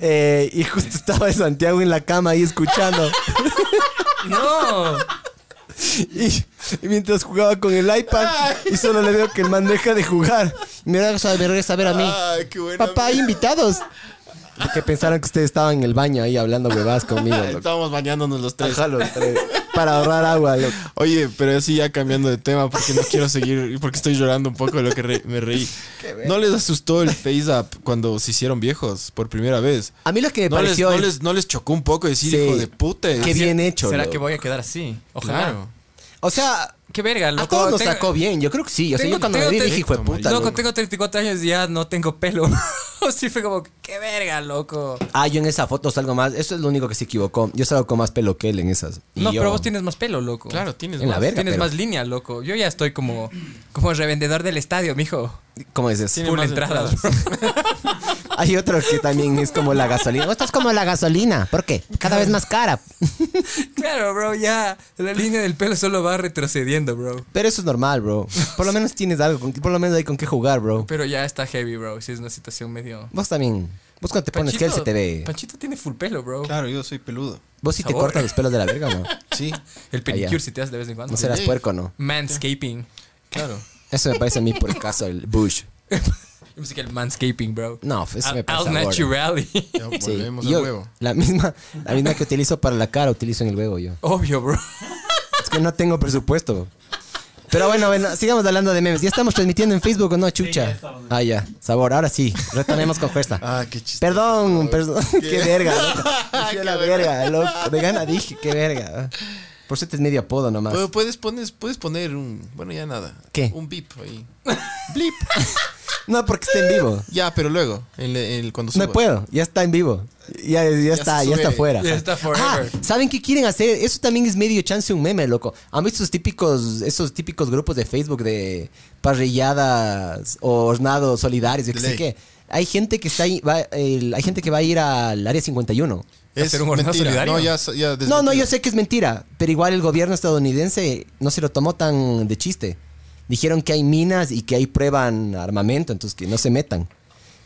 eh, y justo estaba de Santiago en la cama ahí escuchando.
No.
Y, y mientras jugaba con el iPad, y solo le veo que el man deja de jugar. Y Me da esa vergüenza ver a mí.
Ay, qué Ah, bueno.
Papá, hay invitados. Que pensaron que ustedes estaban en el baño ahí hablando huevadas conmigo, loco.
Estábamos bañándonos los tres.
Ajá, los tres. Para ahorrar agua, loco.
Oye, pero así ya cambiando de tema porque no quiero seguir, porque estoy llorando un poco de lo que re- me reí. ¿No les asustó el face up cuando se hicieron viejos por primera vez?
A mí lo que Ah, me
¿No les,
pareció
no,
es-
les, no les chocó un poco decir,
Sí.
hijo de puta?
Qué bien hecho.
¿Será
loco.
que voy a quedar así? Ojalá.
Claro.
O sea,
Qué verga, loco.
a todos nos
Tengo-
sacó bien. Yo creo que sí. O sea,
tengo-
yo cuando
tengo-
me vi dije,
tengo-
hijo de puta.
Loco,
loco".
tengo 34 años y ya no tengo pelo. sí fue como, qué verga, loco.
Ah, yo en esa foto salgo más. Eso es lo único que se equivocó. Yo salgo con más pelo que él en esas. Y
No,
yo-
pero vos tienes más pelo, loco.
Claro, tienes
En la
más.
verga,
Tienes
pero-
más línea, loco. Yo ya estoy como, como revendedor del estadio, mijo.
¿Cómo es eso?
Tiene
Full
más
entradas.
Hay otro que también es como la gasolina. Vos estás como la gasolina. ¿Por qué? Cada vez más cara.
claro, bro, ya. La línea del pelo solo va retrocediendo, bro.
Pero eso es normal, bro. Por lo menos tienes algo. con- por lo menos hay con qué jugar, bro.
Pero ya está heavy, bro. Si es una situación medio.
Vos también. Vos cuando te pones gel se te ve.
Panchito tiene full pelo, bro.
Claro, yo soy peludo.
Vos sí te
sabor.
cortas los pelos de la verga, o ¿no?
Sí,
El pedicure
ya.
si te haces de vez en cuando.
No serás
Sí.
puerco, ¿no?
Manscaping. Claro.
Eso me parece a mí por el caso del Bush.
Yo pensé que el manscaping, bro.
No, eso me
Al-
parece
Al
ahora.
natural.
ya
Sí,
volvemos
yo-
al huevo.
La misma, la misma que utilizo para la cara utilizo en el huevo yo.
Obvio, bro.
Es que no tengo presupuesto. Pero bueno, bueno, sigamos hablando de memes. Ya estamos transmitiendo en Facebook o no, chucha. Ah, ya. Sabor, ahora sí. Retomemos con fuerza.
Ah, qué chiste.
Perdón, perdón. Qué verga, loco. Me fui a la verga, loco. De gana dije, qué verga. Por cierto es medio apodo nomás.
Pu- Puedes poner, puedes poner un. Bueno, ya nada.
¿Qué?
Un beep ahí.
No, porque está en vivo.
Ya, pero luego. en le- en- cuando
No
subas.
puedo, ya está en vivo. Ya, ya está,
se
ya
sube.
está fuera. Ah,
Ya está forever.
¿Saben qué quieren hacer? Eso también es medio chance un meme, loco. ¿Han visto esos típicos, esos típicos grupos de Facebook de parrilladas o hornados solidarios? Yo qué sé
Ley.
qué. Hay gente que está ahí, va, el- hay gente que va a ir al área 51.
Es
Hacer un hornado
mentira.
solidario.
No, ya, so- ya
No, no,
desmentido.
yo sé que es mentira, pero igual el gobierno estadounidense no se lo tomó tan de chiste. Dijeron que hay minas y que ahí prueban armamento, entonces que no se metan.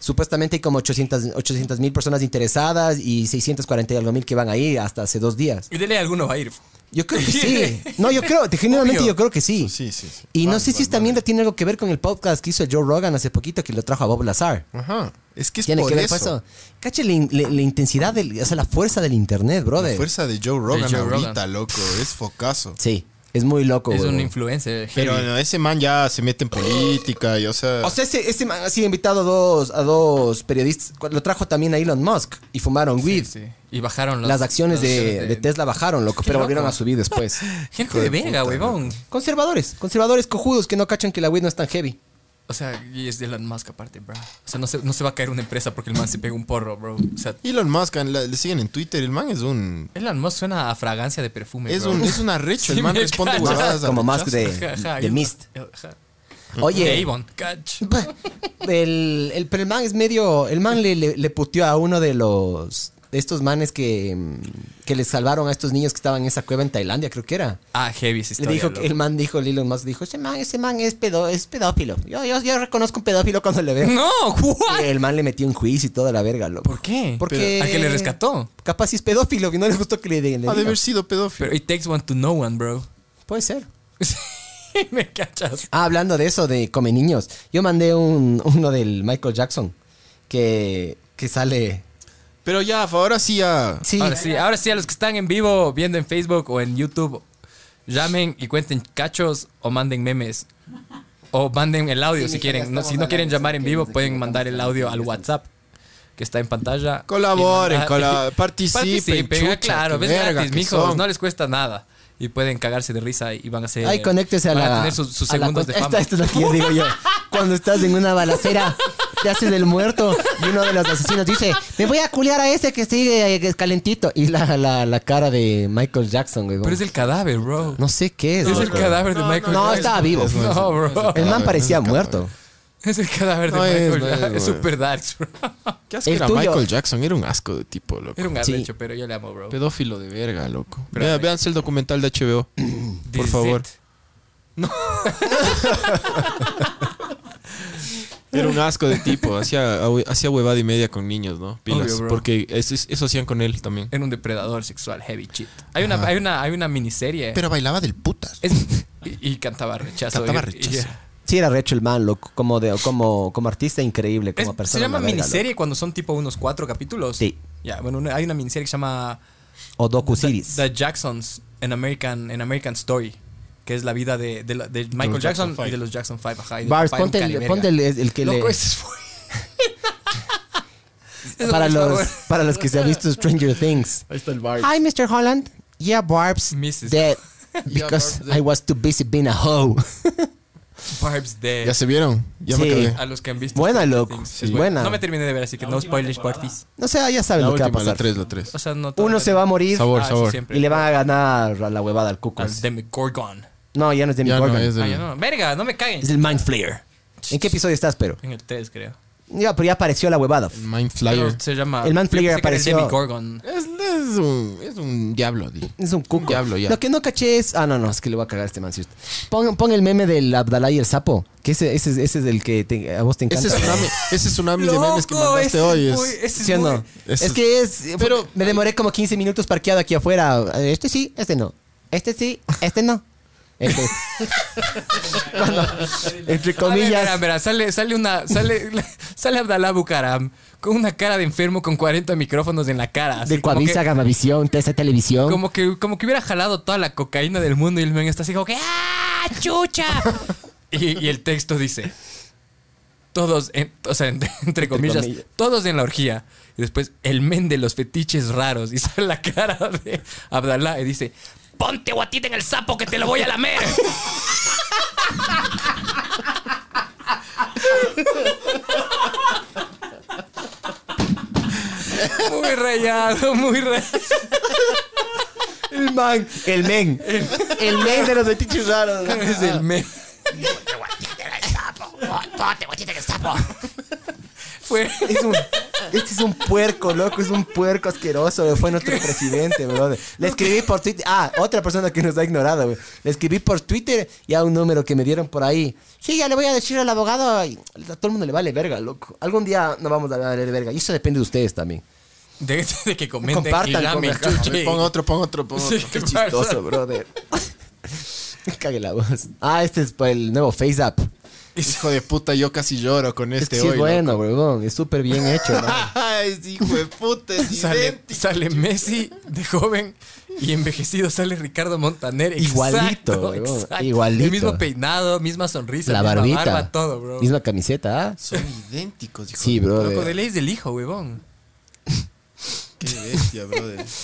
Supuestamente hay como 800 800 mil personas interesadas y 640 y algo mil que van a ir hasta hace dos días.
Y dele alguno va a ir.
Yo creo que sí. No, yo creo, genuinamente
Obvio.
yo creo que sí.
Sí, sí, sí.
Y no
Van,
sé si
van,
esta
van.
mierda tiene algo que ver con el podcast que hizo el Joe Rogan hace poquito que lo trajo a Bob Lazar.
Ajá. Es que es
Tiene
por
que ver
eso.
con eso. Cache la, in- la- la intensidad, del, o sea, la fuerza del internet, brother.
La fuerza de Joe Rogan
Joe
ahorita,
Rogan.
loco. Es focazo.
Sí, es muy loco.
Es un
huevón.
influencer.
Pero
heavy.
no, ese man ya se mete en política y, o sea...
O sea, ese, ese man ha sido invitado a dos, a dos periodistas. Cu- Lo trajo también a Elon Musk y fumaron
Sí,
weed.
sí. Y bajaron los-
Las acciones
los-
de, de Tesla bajaron, loco, pero
loco.
volvieron a subir después.
Gente de verga, huevón.
Conservadores, conservadores cojudos que no cachan que la weed no es tan heavy.
O sea, y es de Elon Musk aparte, bro. O sea, no se, no se va a caer una empresa porque el man se pega un porro, bro. O sea,
Elon Musk, en la- le siguen en Twitter. El man es un...
Elon Musk suena a fragancia de perfume,
Es
bro.
un, es un arrecho.
Sí,
el man
me
responde
cacha.
huevadas a
Como Musk
rechazo.
de,
Ajá, ajá,
de
Elon-
Mist.
ajá.
Oye,
Avon, catch.
bah, el, el, pero el man es medio. El man le, le, le puteó a uno de los. de estos manes que, mm, que les salvaron a estos niños que estaban en esa cueva en Tailandia, creo que era.
Ah, heavy esa
Le
historia,
dijo,
loco.
el man dijo, el Elon Musk dijo, ese man, ese man es, pedo, es pedófilo. Yo, yo, yo reconozco un pedófilo cuando le veo.
No,
Y
what?
el man le metió un juicio y toda la verga, loco.
¿Por qué?
Porque...
¿A que le rescató?
Capaz si es pedófilo, que no le gustó que le den. le
Ha de
digan.
haber sido pedófilo.
Pero it takes one to know one, bro.
Puede ser.
Me cachas.
Ah, hablando de eso, de come niños. Yo mandé un, uno del Michael Jackson que, que sale...
Pero ya, ahora sí ya...
Sí,
Ahora sí, ahora sí, a los que están en vivo, viendo en Facebook o en YouTube, llamen y cuenten cachos o manden memes. O manden el audio
Sí,
si
mija, ya
quieren. No,
estamos
si no quieren
hablando,
llamar
sí,
en
que
vivo,
nos
pueden
equivocamos,
mandar el audio
sí,
al
ya
WhatsApp que está en pantalla.
Colaboren,
Y mandar-
cola- participen, chucha,
claro,
qué
ves
verga
gratis,
que
mijos,
son.
no les cuesta nada. y pueden cagarse de risa y van a ser.
Ay, conéctese a
Eh, van
la.
tener sus, sus
a la
segundos
con-
de fama.
Esta, esta es la que yo digo yo. Cuando estás en una balacera, te haces del muerto y uno de los asesinos dice: Me voy a culiar a ese que sigue eh, que es calentito. Y la, la, la cara de Michael Jackson, güey. como-
Pero es el cadáver, bro.
No sé qué es.
es el
loco.
cadáver de Michael
No, estaba vivo.
No, bro.
El man parecía muerto.
Es el cadáver de
No es,
Michael
no es,
Jackson. Es
güey.
super dark, bro.
¿Qué asco
El
era
tuyo.
Michael Jackson? Era un asco de tipo, loco.
Era un
Sí.
arrecho, pero yo le amo, bro.
Pedófilo de verga, loco.
Pero-
Vea- véanse el documental de HBO.
This
por
is
favor.
it.
Era un asco de tipo. Hacía, hacía huevada y media con niños, ¿no? Pilas.
Obvio, bro.
porque eso, eso hacían con él también.
Era un depredador sexual, heavy shit. Hay una, hay una, hay una miniserie.
Pero bailaba del putas.
Es- y, y cantaba rechazo.
Cantaba
Y- y-
rechazo.
Sí, era Rachel Mann, loco. Como, de, como, como artista increíble,
Es-
como persona.
se llama
la verga,
miniserie cuando son tipo unos cuatro capítulos.
Sí.
Ya, bueno, una- hay una miniserie que se llama
loco. O Docu Series.
The Jacksons en American, en American Story, que es la vida de, de la- de Michael
los Jackson
Jackson,
Five.
y de los Jackson Five. Ajá, y de
Bars,
Papá y un
ponte el,
caliverga.
ponte el, el que
Loco,
le.
ese es bueno. Eso,
Para
por
los,
favor.
para los que se han visto Stranger Things.
Ahí está el bar.
Hi, Mr. Holland. Yeah, Barb's
Mrs..
dead
Yeah,
because
Barb's dead.
I was too busy being a hoe.
Barb's Dead.
¿Ya se vieron? Ya me
Sí.
cagué.
A los que han visto.
Buena,
Stranger
loco.
Things.
Sí. Buena.
No me terminé de ver, así que no spoilers parties.
No sé, ya saben
La
lo que va a
última, la
pasar.
3, la 3.
O sea, no
Uno se va a morir
Sabor,
Ah, eso
sabor.
siempre.
y le van a ganar a la huevada al cuco.
Al Demogorgon.
No, ya no es de mi
Ya no, es
Ah, ya
del...
no. Verga, no me caguen.
Es el Mind Flayer. ¿En qué episodio estás, pero?
En el 3, creo.
Ya, pero ya apareció la huevada.
el Mind
Pero
Flyer.
se llama.
El Man
yo pensé
Flayer
que era el
apareció.
Demogorgon.
Es, es un, es un diablo, di.
Es un cuco.
diablo, ya.
Lo que no caché es. Ah, no, no, es que le voy a cagar a este man. cierto. Pon, pon el meme del Abdalá y el sapo. Que ese, ese, es- ese es el que te- a vos te encanta.
Ese tsunami, ese tsunami de memes que mandaste hoy es...
¿Sí o no? Es,
Eso es-
que es.
Pero-
me demoré como 15 minutos parqueado aquí afuera. Este sí, este no. Este sí, este no. Este. Cuando, entre
A ver,
comillas.
verá, verá, sale, sale una. Sale, sale Abdalá Bucaram con una cara de enfermo con 40 micrófonos en la cara. así
de
como
Coavisa,
que-
Gamavisión, TC Televisión.
Como que, como que hubiera jalado toda la cocaína del mundo y el men está así como que ¡Ah, chucha! y, y el texto dice: Todos, en- o sea, en- entre comillas,
comillas.
todos en la orgía. Y después, el men de los fetiches raros. Y sale la cara de Abdalá y dice: Ponte guatita en el sapo que te lo voy a lamer. muy rayado, muy rayado.
el man. El men. El men de los fetiches raros.
Es el men. Fue.
Es un- este es un puerco, loco, es un puerco asqueroso, güey, fue nuestro presidente, brother. Le escribí por Twitter, ah, otra persona que nos ha ignorado, güey. Le escribí por Twitter y a un número que me dieron por ahí. Sí, ya le voy a decir al abogado, y a todo el mundo le vale verga, loco. Algún día no vamos a valer verga, y eso depende de ustedes también.
De, de que comenten
Compartan,
y lamen,
compartan.
chuche.
Pon otro, pon otro, pon otro.
Sí,
Qué
qué
chistoso,
pasa.
brother. Cague la voz. Ah, este es para el nuevo Face Up.
Hijo de puta, yo casi lloro con
Es
este
que sí es
hoy. loco.
bueno, huevón, es súper bien hecho, ¿no?
Ay, hijo de puta, es
Sale,
idéntico.
sale Messi de joven y envejecido sale Ricardo Montaner. Exacto,
Igualito, huevón,
exacto.
igualito.
El mismo peinado, misma sonrisa,
La
misma
barbita,
barba, todo, bro.
misma camiseta, ¿ah?
Son idénticos, hijo
Sí,
de
brother.
Loco, de ley es del hijo, huevón.
Qué bestia, brother.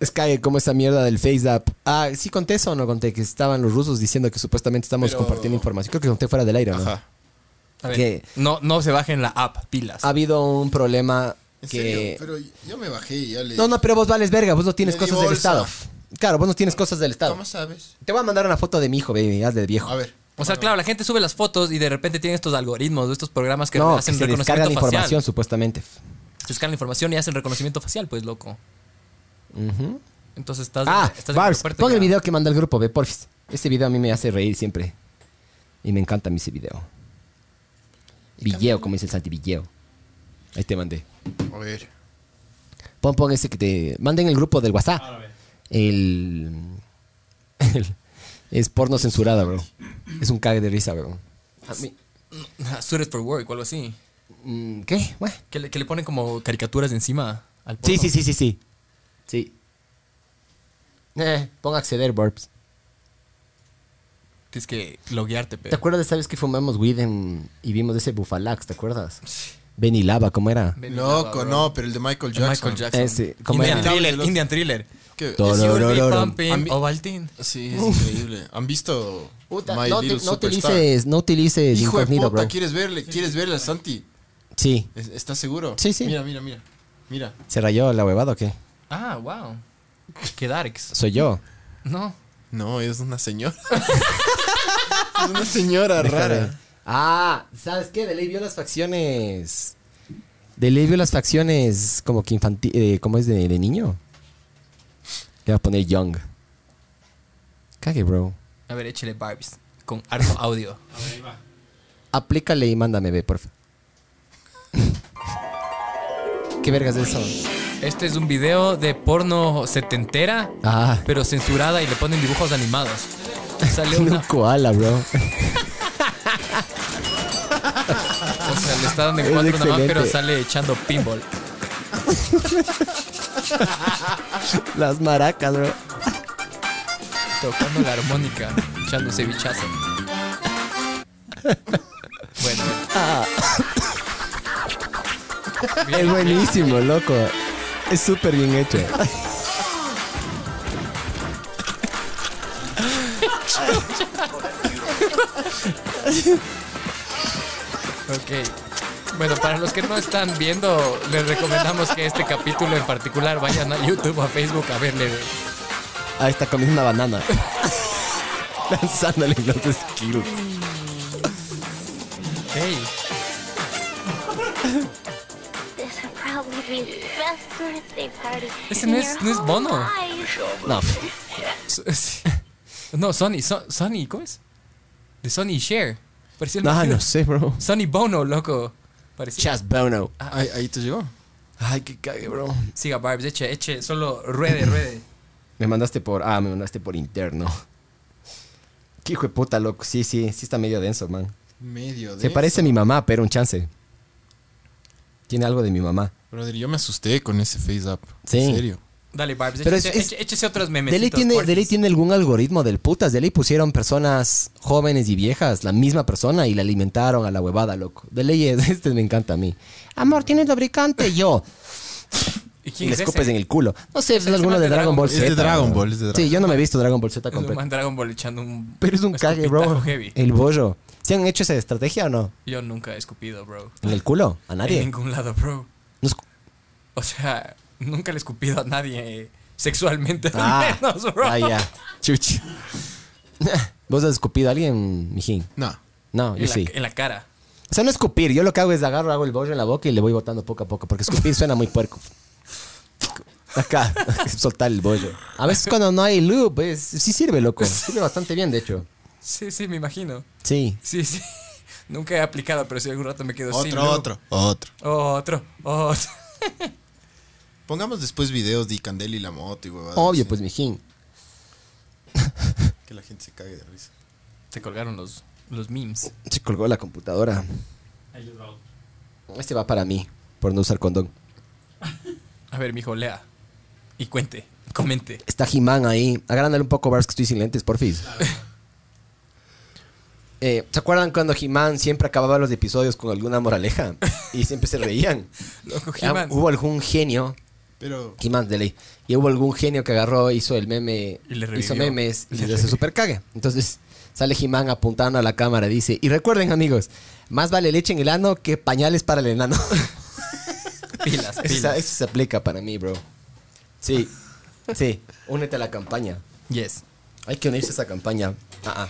Es que como esa mierda del Face App. Ah, sí conté eso o no conté que estaban los rusos diciendo que supuestamente estamos
Pero-
compartiendo información. Creo que conté fuera del aire, ¿no?
Ajá.
A ver,
¿Qué? Ah,
no, no se bajen la app, pilas.
Ha habido un problema
¿En
que
serio? Pero yo me bajé y ya le...
No, no, pero vos vales verga, vos no tienes
Le di
cosas del
bolsa.
Estado. Claro, vos no tienes cosas del Estado.
¿Cómo sabes?
Te voy a mandar una foto de mi hijo, baby, haz de viejo.
A ver.
o sea, claro, la gente sube las fotos y de repente tiene estos algoritmos, estos programas que
no, que
hacen
se descargan
reconocimiento
información
facial.
supuestamente.
Se descargan la información y hacen reconocimiento facial, pues, loco.
Ujú.
Entonces estás,
Ah,
estás en el
Barbs,
aeropuerto y
pon
ya-
el video que manda el grupo, ve, porfis. Este video a mí me hace reír siempre. Y me encanta a mí ese video. Villeo, como dice el Santi, Villeo. Ahí te mandé.
A ver.
Pon, pon ese que te manden el grupo del WhatsApp. El, el- es porno censurada, bro. Es un cague de risa, bro. A mí-
Suited Ah, for Work o algo así.
mm, ¿Qué? Bueno.
Que le, que le ponen como caricaturas de encima al porno.
Sí, sí, sí, sí, sí. Sí. Eh, pon acceder, Burbs.
Tienes que loguearte,
¿Te
pero.
acuerdas de sabes que fumamos weed en- y vimos ese Bufalax, ¿te acuerdas? Benilava, ¿cómo era?
Loco, no, pero el de Michael
Michael
Jackson.
Jackson.
Ese, ¿cómo
Indian
era?
Thriller,
Los-
Indian Thriller.
Que-
It's your
Dorororo.
big
A
pumping,
mí-
Ovaltine.
Sí, es increíble. ¿Han visto
Puta,
My
no, te-
Little
no
Superstar?
utilices, no utilices
Hijo de
incógnito,
puta,
bro.
¿quieres verle? ¿Quieres verle a Santi?
Sí.
¿Es- ¿Estás seguro?
Sí, sí.
Mira, mira, mira. Mira.
¿Se rayó la huevada o qué?
Ah, wow. Qué darks.
Soy yo.
No.
No, es una señora. es una señora
Déjame.
rara.
Ah, ¿sabes qué? De ley vio las facciones. De ley vio las facciones como que infantil. ¿Cómo es de, de niño? Le voy a poner young. Cague, bro.
A ver, échale Barbies con harto audio.
A ver, ahí va.
Aplícale y mándame, ve, porfa. ¿Qué vergas es eso?
Este es un video de porno setentera,
Ah,
pero censurada y le ponen dibujos animados. Sale
un
una,
koala, bro.
o sea, le está dando en
Es
cuatro nada más,
excelente.
pero sale echando pinball.
Las maracas, bro.
tocando la armónica, echándose bichazo. Bueno,
Ah. Es buenísimo, loco. Es súper bien hecho.
ok. Bueno, para los que no están viendo, les recomendamos que este capítulo en particular vayan a YouTube o a Facebook a verle.
Ahí Ah, está comiendo una banana. Lanzándole los skills.
Hey, Ese no es- no es Bono.
No,
so- sí. no, Sony, So- Sony, ¿cómo es? De Sony y Cher. Parecía el
no,
marido.
no sé, bro.
Sony Bono, loco. Parecía.
Chas Bono.
Ah, Ahí, ahí te llegó.
Ay, qué cague, bro.
Siga Barbs, eche, eche, solo ruede, ruede.
Me mandaste por. Ah, me mandaste por interno. Qué hijo de puta, loco. Sí, sí, sí está medio denso, man.
Medio de.
Se parece a mi mamá, pero un chance. Tiene algo de mi mamá.
Brother, yo me asusté con ese face up.
Sí.
En serio.
Dale, Barbs,
Pero
échese,
es- es-
eche- échese otros memes.
Deley tiene, Deley tiene algún algoritmo del putas. Deley pusieron personas jóvenes y viejas, la misma persona, y la alimentaron a la huevada, loco. Deley es, este me encanta a mí. Amor, ¿tienes lubricante? Yo.
¿Y
Y
quién
le
es
escupes
ese?
en el culo. No sé, es
Ese
alguno
man
de
de
Dragon
Dragon
Ball
Ball.
Es
Z.
de Dragon
bro.
Ball, es de Dragon
Sí, yo no me he visto Dragon Ball Z
Es un
completo.
man Dragon Ball echando un.
Pero es un cague, bro.
escupitajo heavy.
El bollo. ¿Se han hecho esa estrategia o no?
Yo nunca he escupido, bro.
¿En el culo? ¿A
En
nadie?
ningún lado, bro.
No escu-
O sea, nunca le he escupido a nadie eh, sexualmente. al
Ah,
menos, bro.
ah, ya. Chuch. ¿Vos has escupido a alguien, mijín?
No.
No, yo
En la,
sí.
en la cara.
O sea, no escupir. Yo lo que hago es agarro, hago el bollo en la boca y le voy botando poco a poco. Porque escupir suena muy puerco. Acá, soltar el bollo. A veces cuando no hay loop, pues, sí sirve, loco. Sirve bastante bien, de hecho.
Sí, sí, me imagino.
Sí.
Sí, sí. Nunca he aplicado, pero si algún rato me quedo
Otro,
sin. loop.
otro, otro.
Otro, otro.
Pongamos después videos de Candel y la moto y huevadas.
Obvio,
así,
pues, mijín.
Que la gente se cague de risa.
Se colgaron los, los memes.
Se colgó la computadora.
Ahí les va otro.
Este va para mí, por no usar condón.
A ver, mijo, lea. Y cuente. Comente.
Está Jimán ahí. Agrándale un poco, Bars, que estoy sin lentes, porfis. Eh, ¿Se acuerdan cuando Jimán siempre acababa los episodios con alguna moraleja? Y siempre se reían.
Loco,
Ah,
He-Man.
Hubo algún genio,
Pero
Jimán de ley, y hubo algún genio que agarró, hizo el meme,
Y le
hizo
revivió.
memes y
Le
les hace
revivió.
super cague. Entonces sale Jimán apuntando a la cámara, dice, y recuerden amigos, más vale leche en el ano que pañales para el enano.
Pilas,
Eso, se-
pilas.
eso se aplica para mí, bro. Sí, sí, únete a la campaña.
Yes.
Hay que unirse a esa campaña. Ah, ah.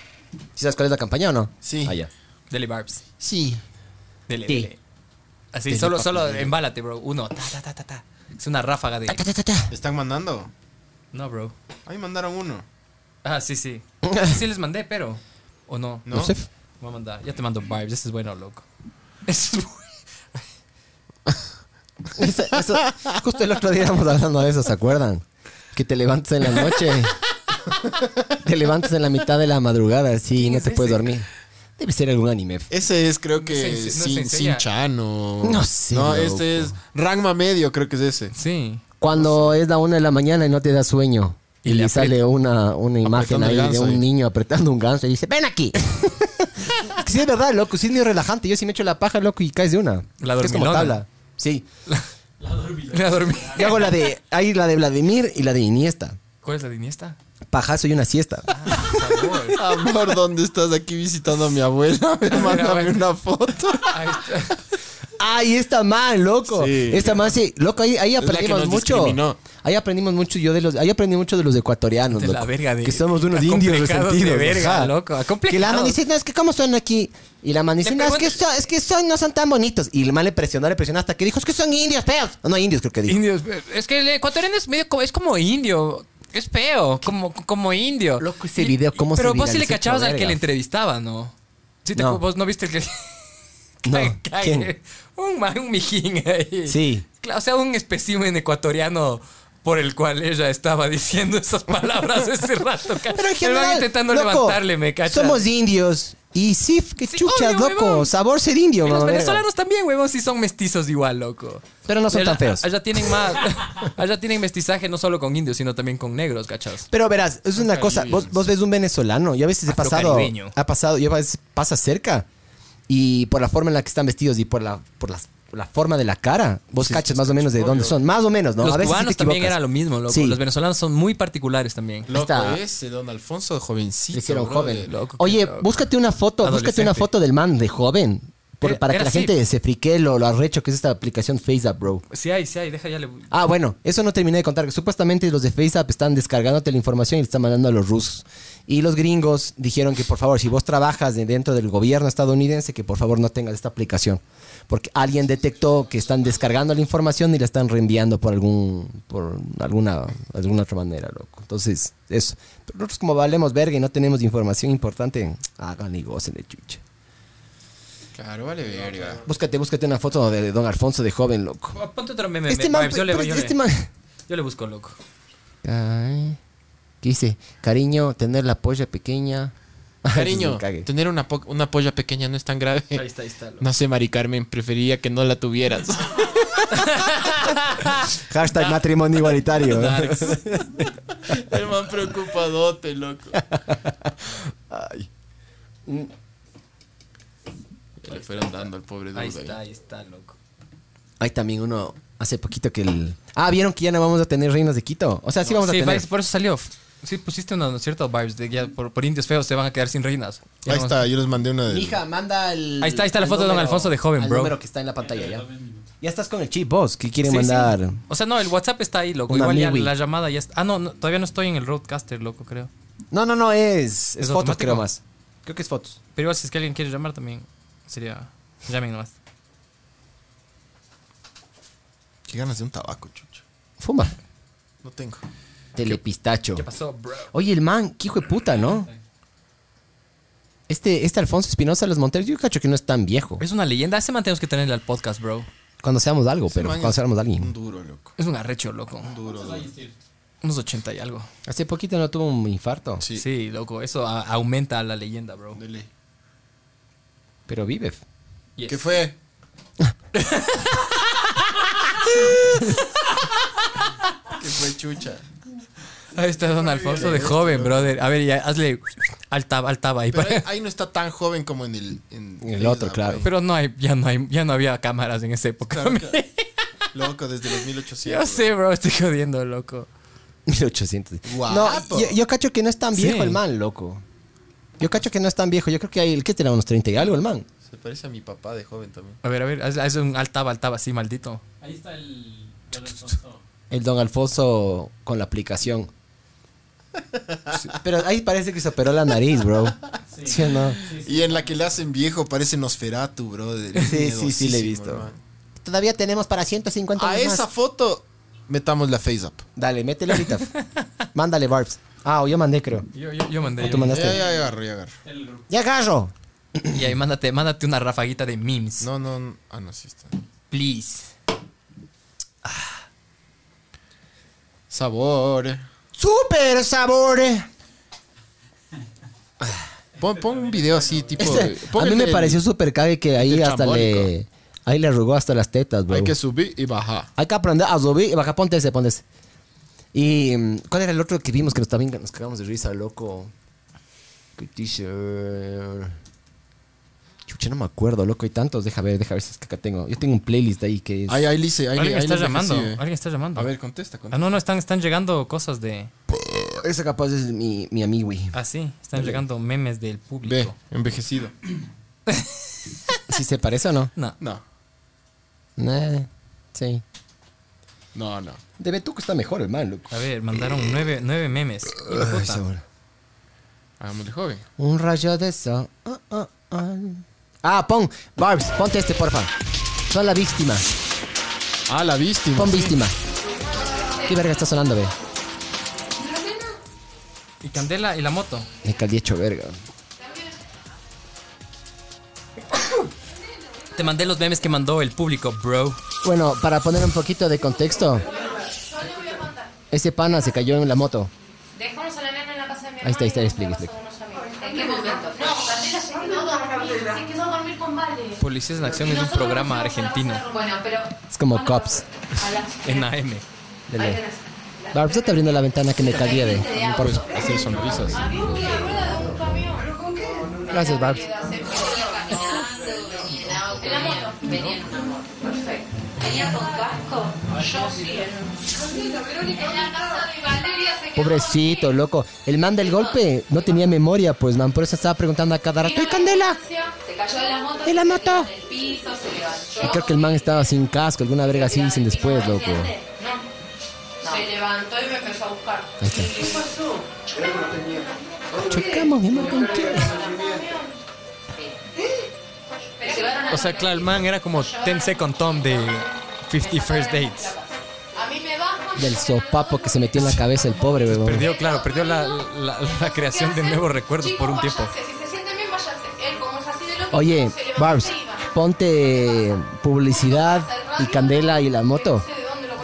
¿Sí ¿Sabes cuál es la campaña o no?
Sí.
Ah, ya.
Dele, Barbs.
sí.
Dele,
Sí.
dele. Así, solo, solo embálate, bro. Uno. Ta, ta, ta, ta, ta. Es una ráfaga de.
¿Están mandando?
No, bro.
Ahí mandaron uno.
Ah, sí, sí. Sí les mandé, pero. ¿O no?
¿No?
sé.
Voy a mandar. Ya te mando vibes. Este es bueno, loco. Este es bueno.
Eso- eso- justo el otro día estábamos hablando de eso, ¿se acuerdan? Que te levantas en la noche. Te levantas en la mitad de la madrugada así y no
es
te puedes
ese?
dormir. Debe ser algún anime.
Ese es, creo
No se
que,
ense- no se
Sin,
enseña.
Chan o...
No sé,
No,
loco.
este es... Rangma Medio, creo que es ese.
Sí.
Cuando es la una de la mañana y no te da sueño.
Y
Y,
le
le
aprieta-
sale una, una imagen
Apretando el
ahí de
ganso
un
ahí.
niño apretando un ganso y dice, ven aquí. que sí es verdad, loco. Sí es medio relajante. Yo sí me echo la paja, loco, y caes de una.
La
Que Es como
dormilona.
tabla. Sí.
La dormí.
Yo hago la de. Hay la de Vladimir y la de Iniesta.
¿Cuál es la Ah, de Iniesta?
Pajazo y una siesta.
Ah, Amor, ¿dónde estás aquí visitando a mi abuela? Mándame una foto.
Ahí está.
Ay, esta man, loco.
Sí.
esta man, sí. Loco, ahí, ahí
la que
aprendimos
nos
mucho.
discriminó.
Ahí aprendimos mucho yo de los. Ahí aprendí mucho de los ecuatorianos,
De
loco.
la verga de-
Que somos unos indios
acomplejados de
resentidos.
verga,
ajá.
loco, acomplejados.
Que la man dice, no, es que cómo son aquí. Y la man dice,
Le
no, es
pregunta-
que, son, es que son, no son tan bonitos. Y el man le presionó, le presionó hasta que dijo, es que son indios, feos. No, no, indios creo que dijo.
Indios. Es que el ecuatoriano es medio como, es como indio. Es feo, como, como indio.
Loco, ese video, ¿cómo se
Pero vos sí le
viralizó,
cachabas al
verga?
que le entrevistaba, ¿no? Sí, te
No.
acu- vos no viste el que.
No,
que-
¿quién?
Un, man, un mijín ahí.
Sí.
Claro, o sea, un espécimen ecuatoriano por el cual ella estaba diciendo esas palabras ese rato. ca-
Pero en
El man
general,
intentando
loco,
levantarle, me cachas.
Somos indios. Y sí, qué
Sí,
chuchas,
obvio,
loco.
huevón.
Sabor ser indio,
Y los
mamá verga.
venezolanos también, huevón, sí son mestizos igual, loco.
Pero no son
allá,
tan feos.
Allá tienen más. allá tienen mestizaje no solo con indios, sino también con negros, cachas.
Pero verás, es una cosa, vos, vos ves un venezolano, yo a veces he pasado,
Afrocaribeño.
ha pasado, yo a veces pasa cerca y por la forma en la que están vestidos y por la, por las- por la forma de la cara, vos cachas más o menos de dónde son, más o menos, ¿no?
los
a veces sí te
cubanos también
equivocas.
era lo mismo, loco.
Sí.
Los venezolanos son muy particulares también.
Loco
Está.
ese, don Alfonso, jovencito.
Le hicieron
brother.
joven.
loco, qué
Oye,
loco.
búscate una foto, búscate una
Adolescente.
foto del man de joven. por-
Era-
para
era
que la
así.
gente se frique lo, lo arrecho que es esta aplicación FaceApp, bro.
Sí hay, sí hay, deja ya le.
Ah, bueno, eso no terminé de contar. que Supuestamente los de FaceApp están descargándote la información y le están mandando a los rusos. Y los gringos dijeron que, por favor, si vos trabajas de- dentro del gobierno estadounidense, que por favor no tengas esta aplicación. Porque alguien detectó que están descargando la información y la están reenviando por algún por alguna, alguna otra manera, loco. Entonces, eso. Pero nosotros como valemos verga y no tenemos información importante, hagan y gocen de chucha.
Claro, vale, verga.
Búscate, búscate una foto de don Alfonso de joven, loco.
Ponte otro meme,
Este
me-
man,
vibes, yo, le,
pero
yo,
este
le,
man...
yo le busco, loco.
Ay. ¿Qué dice? Cariño, tener la polla pequeña.
Cariño,
Me cague.
tener una, po- una polla pequeña no es tan grave.
Eh.
Ahí está, ahí está, loco.
No sé, Mari Carmen, prefería que no la tuvieras.
ah.
Hashtag matrimonio igualitario.
El man preocupadote, loco.
Mm.
Ay. Le fueron dando al pobre dude.
Ahí está, ahí está, loco.
Hay también uno hace poquito que el. Ah, vieron que ya no vamos a tener reinas de Quito. O sea, sí vamos a
sí,
tener.
vibes, por eso salió. Sí, pusiste una, ¿no es cierto? Vibes, de que ya por, por indios feos se van a quedar sin reinas. Ya
Ahí
no-
está, yo les mandé una de.
Mija, manda el.
Ahí está, ahí está la
al
foto de don
número-
Alfonso de joven,
al
bro.
número que está en la pantalla ya. Ya estás con el chip, vos. ¿Qué quieren
Sí, sí.
mandar?
O sea, no, el WhatsApp está ahí, loco.
Una
Igual ya
MIWI.
la llamada ya está. Ah, no, no, todavía no estoy en el Roadcaster, loco, creo.
No, no, no, es. Es,
¿Es
fotos,
automático?
creo más. Creo que es fotos.
Pero igual si es que alguien quiere llamar también sería... Llamen nomás.
Qué ganas de un tabaco, chucho.
Fuma.
No tengo.
Telepistacho.
¿Qué pasó, bro?
Oye, el man, qué hijo de puta, ¿no? Este, este Alfonso Espinosa de los Monteros, yo cacho que no es tan viejo.
Es una leyenda. A Ese man tenemos que tenerle al podcast, bro.
Cuando seamos algo, pero
man
cuando
es
seamos alguien.
Un duro, loco.
Es un arrecho, loco.
Duro, duro.
Unos 80 y algo.
Hace poquito no tuvo un infarto,
Sí,
Sí.
loco. Eso a- aumenta la leyenda, bro.
Dele.
pero vive.
Yes.
¿Qué fue? ¿Qué fue, chucha?
Ahí está Don Alfonso de joven, brother. A ver, ya hazle al tab, al tab ahí.
Pero
para-
ahí, ahí no está tan joven como en el... En,
En el otro,
Isla,
claro.
güey.
Pero no hay, ya no hay, ya no había cámaras en esa época.
Claro que- Loco, desde los 1800.
Yo sé, bro, estoy jodiendo, loco.
1800.
Guapo.
No, yo, yo cacho que no es tan viejo
Sí.
el man, loco. Yo cacho que no es tan viejo. Yo creo que hay el que tenía unos 30 y algo el man.
güey. Se parece a mi papá de joven también.
A ver, a ver, haz, haz un al tab, al tab así, maldito.
Ahí está el. el Alfonso.
El don Alfonso con la aplicación. Sí, Pero ahí parece que se operó la nariz, bro. ¿Sí, o no?
Y en la que le hacen viejo parece Nosferatu, bro.
Sí, sí, sí, le he visto. Todavía tenemos para 150
A
más.
esa foto metamos la face up.
Dale, métele ahorita. Mándale, Barbs. Ah, o yo mandé, creo.
Yo, yo, yo mandé.
O
yo
tú
Ya,
mandaste.
ya, ya agarro, ya agarro.
¡Ya agarro!
mandé. Y ahí mándate, mándate una rafaguita de memes.
No, no, no. Ah, no, sí está.
Please.
Sabor.
¡Súper sabor!
Pon, pon un video así, tipo...
Este, a
pon
mí
el
me
del-
pareció súper cague que ahí
el
hasta le...
chambónico.
Ahí le arrugó hasta las tetas, bro.
Hay que subir y bajar.
Hay que aprender a subir y bajar. Ponte ese, ponte ese. Y... mm, ¿Cuál era el otro que vimos que nos, también nos cagamos de risa, loco? ¿Qué t-shirt? Chucha, no me acuerdo, loco. Hay tantos. Deja ver, deja ver si es que acá tengo. Yo tengo un playlist ahí que es.
Ahí, ahí, Lice, ahí,
Alguien
ahí
está
le dejas,
llamando.
sí, eh.
Alguien está llamando.
A ver, contesta, contesta.
Ah, no, no, están, están llegando cosas de.
Esa capaz es mi, mi amigui.
Ah, sí, están llegando memes del público.
Ve, envejecido.
¿Sí se parece o no?
No.
No,
Nah, sí.
no, no.
De que está mejor el man, loco.
A ver, mandaron nueve, nueve memes. Hijo de puta.
Hagámosle joven.
Un rayo de sol. Ah, ah, ah. Ah, pon. Barbs, ponte este, porfa. Son la víctima.
Ah, la víctima.
Pon
sí.
víctima. ¿Qué verga está sonando, ve?
Y Candela y la moto.
Me caldí hecho verga.
Te mandé los memes que mandó el público, bro.
Bueno, para poner un poquito de contexto, ese pana se cayó en la moto.
Dejamos a la nena en la casa de mi
Ahí está, ahí está,
hermana y
explica,
me la pasó a unos amigos. ¿En qué momento? No, Gabriela se quedó a dormir, se quedó a dormir con Vale.
Policías en Acción es un
Nosotros
programa
nos íbamos a la
argentino
casa de- Bueno, pero
Es como cops.
a las-
en AM.
de
ahí
ley.
tenés.
Barbs, está abriendo la ventana que me caldía de.
Gente
Pues hacer sonrisas.
Había una rueda de un camión.
Gracias, Barbs.
Se fue caminando y en auto. En la moto. Venía en una moto. Perfecto. Venía con casco. Yo sí. En la casa de Valeria se quedó
Pobrecito, loco. El man del golpe no tenía memoria, pues, man. Por eso estaba preguntando a cada rato. ¡Y Candela!
Se cayó de la moto.
¡En la
se
moto!
cayó del piso, se
Y
levantó.
creo que el man estaba sin casco, alguna verga así dicen después, loco.
No. Se levantó y me empezó a buscar.
Ahí está.
¿Qué pasó?
Chocamos, mi amor, con qué?
Se llevaron a
O sea, claro, el man era como 10 Second Tom de 50 First Dates.
A mí me bajan.
Del sopapo que se metió en la cabeza el pobre,
Oh.
weón.
Perdió, claro, perdió la, la- la creación de nuevos recuerdos por un tiempo.
Si se sienten bien, váyanse. Él, como es así de loco,
Oye,
se levantó
Barbs,
y iba.
ponte publicidad y Candela y la moto.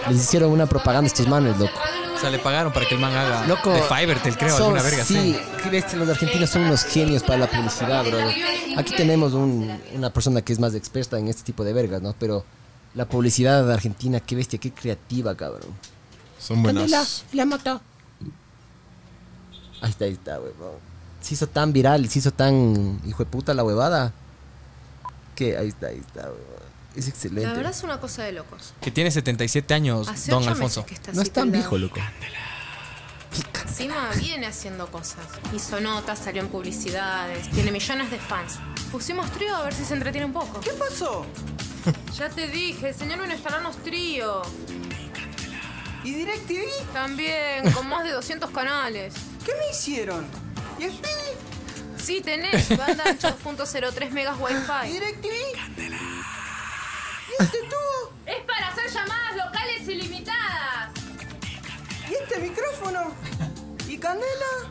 Les hicieron una propaganda estos manes, loco.
O sea, le pagaron para que el man haga
Loco,
de Fivertel, creo,
son-
alguna verga
Sí,
así.
qué bestia, los argentinos son unos genios para la publicidad, bro. Aquí tenemos un- una persona que es más experta en este tipo de vergas, ¿no? Pero la publicidad argentina, qué bestia, qué creativa, cabrón.
Son buenas.
la moto. Ahí está, ahí está, huevón. Se hizo tan viral, se hizo tan hijo de puta la huevada. Que ahí está, ahí está, huevón. Es excelente.
La verdad es una cosa de locos.
Que tiene 77 años,
Hace
don
ocho
Alfonso.
meses que está
no
así
es tan
colgado.
viejo, loco.
Encima viene haciendo cosas. Hizo notas, salió en publicidades, tiene millones de fans. Pusimos trío a ver si se entretiene un poco. ¿Qué pasó? Ya te dije, el señor venezolano es trío. ¿Y DirecTV? También, con más de 200 canales. ¿Qué me hicieron? ¿Y a Sí, tenés banda ancha 2.03 megas wifi. ¿DirecTV? ¡Candela! ¿Y este tú? Es para hacer llamadas locales ilimitadas. ¿Y este micrófono? ¿Y Candela?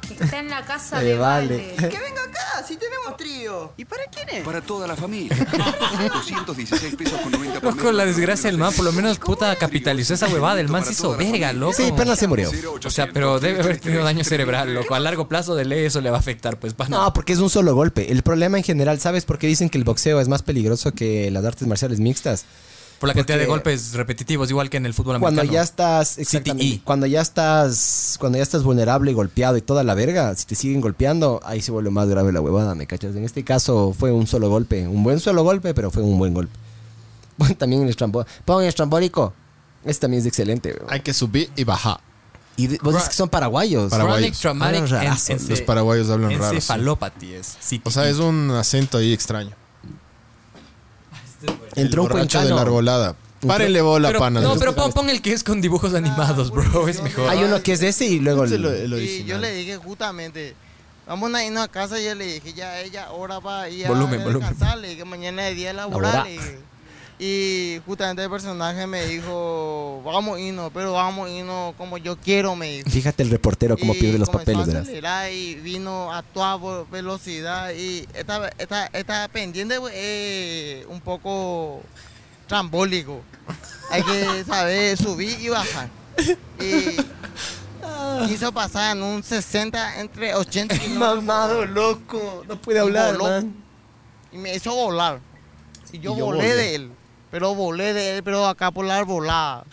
Está en la casa
Le
de
Eh, vale.
Vale.
Que
venga acá, si tenemos trío. ¿Y para quién
Eh.
es?
Para toda la familia. 216 pesos con 90 por
Loco, la
mes.
desgracia del man, por lo menos puta capitalizó esa huevada. El man se hizo verga, loco.
Sí, pero se murió.
O sea, pero debe haber tenido daño cerebral, loco. A largo plazo de ley eso le va a afectar, pues, pana.
No, porque es un solo golpe. El problema en general, ¿sabes por qué dicen que el boxeo es más peligroso que las artes marciales mixtas?
Por la cantidad de
porque-
golpes repetitivos, igual que en el fútbol
Cuando
americano.
ya estás exactamente,
E.
CTE.
cuando ya estás cuando ya estás vulnerable y golpeado y toda la verga, si te siguen golpeando, ahí se vuelve más grave la huevada, ¿me cachas? En este caso fue un solo golpe, un buen solo golpe, pero fue un buen golpe. Pon también el estrambó, pon el estrambólico. Este también es excelente. weón.
Hay que subir y bajar.
Y de- vos
Ra-
dices que son paraguayos.
Chronic
Paraguayos.
traumatic
Hablan rarazo.
ence-
Los paraguayos hablan raros, sí.
Encefalopatía es. CTE.
O sea, es un acento ahí extraño.
Entró
el
un
borracho de la
cuencano.
arbolada. Párenle bola,
Pero-
panas.
no, pero pon, pon el que es con dibujos animados, bro. Es mejor.
Hay uno que es de ese y luego
Este
el-
lo- el
Y yo
original.
le dije justamente, vamos a irnos a casa. Yo le dije, ya ella ahora va a ir a
Volumen, volumen.
descansar. Le dije, mañana es día
Laboral.
laboral. le dije. Y justamente el personaje me dijo, vamos a irnos, pero vamos a irnos como yo quiero, me dijo.
Fíjate el reportero cómo
Y
pierde los
comenzó
papeles,
a
verás.
acelerar y vino a toda vo- velocidad y estaba, estaba, estaba pendiente eh, un poco trambólico. Hay que saber subir y bajar. Y quiso pasar en un 60 entre 80 kilómetros
Mamado loco, no puede
hablar, man. y me hizo volar. Y yo,
Y yo
volé
volé.
de él, pero volé de él, pero acá por la arbolada.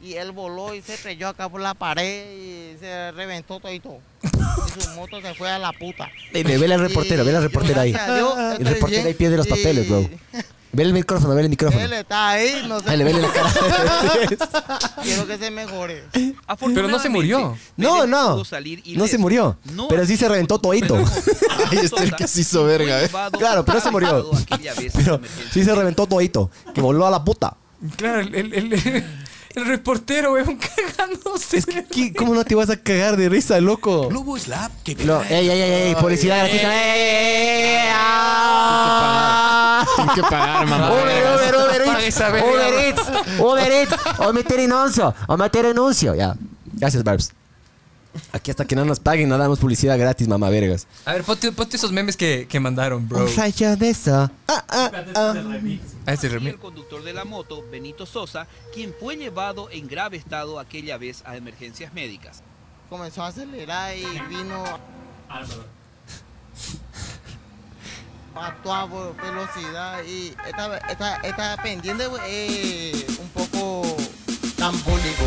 y él voló y se estrelló acá por la pared y se reventó todo y todo. Y su moto se fue a la puta.
Vele, vele al reportero, vele al reportero ahí.
gracias a Dios,
El
estoy
reportero
bien.
ahí pierde los
Y-
papeles, bro. Vele el micrófono, vele el micrófono.
Él está ahí, no sé.
Dale, vele la cara.
Quiero que se mejore.
Pero no se murió.
No, no. No se murió. Pero sí se reventó toito.
Ahí está el que se hizo verga, eh.
Claro, pero no se murió. Pero sí se reventó toito. Que voló a la puta.
Claro, el, el, el- el reportero, weón, cagándose.
¿Qué- ¿Cómo no te vas a cagar de risa, loco?
Globo es la app que te
No,
trae.
ey, ey, ey, ey, publicidad
Ay,
gratuita.
ey,
ey, ey, ey, ey, ah.
Hay que pagar, mamá.
Uber, Uber, Uber
Paga
Eats.
esa verga,
Uber
bro.
Eats. Uber Eats. O meter anuncio. O meter anuncio. Ya. Gracias, Barbs. Aquí hasta que no nos paguen, no damos publicidad gratis, mamá vergas.
A ver, ponte, ponte esos memes que, que mandaron, bro.
Rayo de eso. ah.
Ah, ese remix.
El conductor de la moto, Benito Sosa, quien fue llevado en grave estado aquella vez a emergencias médicas.
Comenzó a acelerar y vino a toda vo- velocidad y estaba, estaba, estaba pendiente eh, un poco tambólico.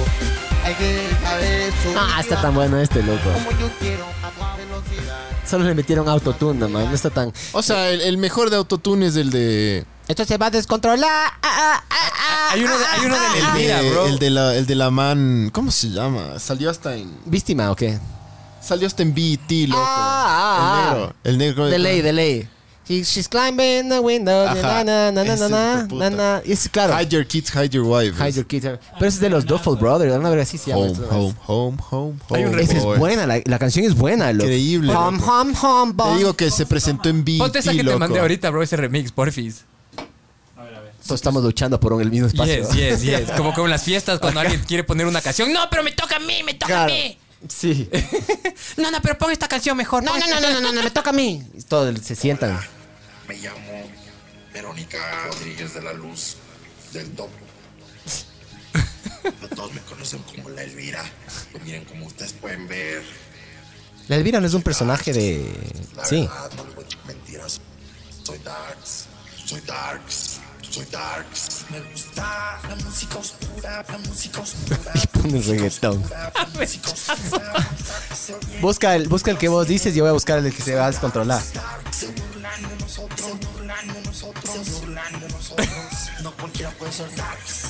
Hay que saber subir
Ah,
y
está
bajar
tan bueno este, loco.
como yo quiero a toda velocidad.
Solo le metieron autotune nomás, no está tan...
O sea, el, el mejor de autotune es el de.
Esto se va a descontrolar. Ah,
Hay uno de, hay uno de
Elvira, bro.
El de, la, el de la man. ¿Cómo se llama? Salió hasta en.
¿Víctima o qué?
Salió hasta en BET, loco.
Ah, ah, ah.
el negro. El negro.
De ley, de ley. She- She's climbing the window.
Ajá.
Na, na, na, na, na,
Ese hijo de
na,
puta.
na. Es claro.
Hide your kids, hide your wife.
Hide your kids. Pero ese es de los Duffel Brothers. Una verga así se llama.
Home,
esto, ¿no?
home, home, home, home.
Hay un Esa es
boy.
buena. La, la canción es buena. Loco.
Increíble.
Hum,
loco.
hum, hum,
Te
bum.
digo que se presentó en BET,
Ponte esa que te
loco.
mandé ahorita, bro, ese remix, porfis.
Todos estamos luchando por un, el mismo espacio.
Yes, yes, yes. Como como en las fiestas cuando alguien quiere poner una canción. No, pero me toca a mí, me toca
Claro.
a mí.
Sí.
No, no, pero pon esta canción mejor.
No, no, no, no, no, no, no, me toca a mí. Y Todos se sientan.
Me llamo Verónica Rodríguez de la Luz del Topo. Pero Todos me conocen como la Elvira. Y miren, como ustedes pueden ver,
La Elvira no es un personaje de...
la
Sí.
verdad, no les voy a echar mentiras. Soy Darks, soy Darks, soy Darks. Me gusta la música oscura, la música oscura.
Pone reggaetón. Busca el, busca el que vos dices y yo voy a buscar el que se va a descontrolar.
Se burlan de nosotros, se burlan de nosotros, se burlan de nosotros. No cualquiera puede ser Darks.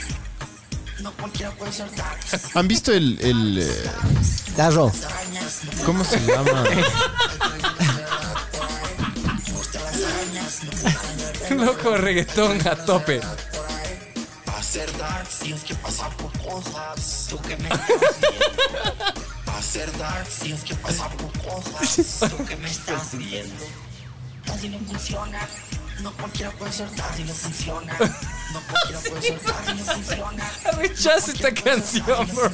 No cualquiera puede ser Darks.
¿Han visto el. el eh,
Darro.
¿Cómo se llama?
Loco, reggaetón a tope.
Para ser darks tienes que pasar por cosas. Tú que me estás viendo. Para ser darks tienes que pasar por cosas. Tú que me estás viendo. Así no funciona. No cualquiera puede ser dark Así no funciona. No cualquiera puede ser dark Así no funciona.
Rechaza esta canción, bro.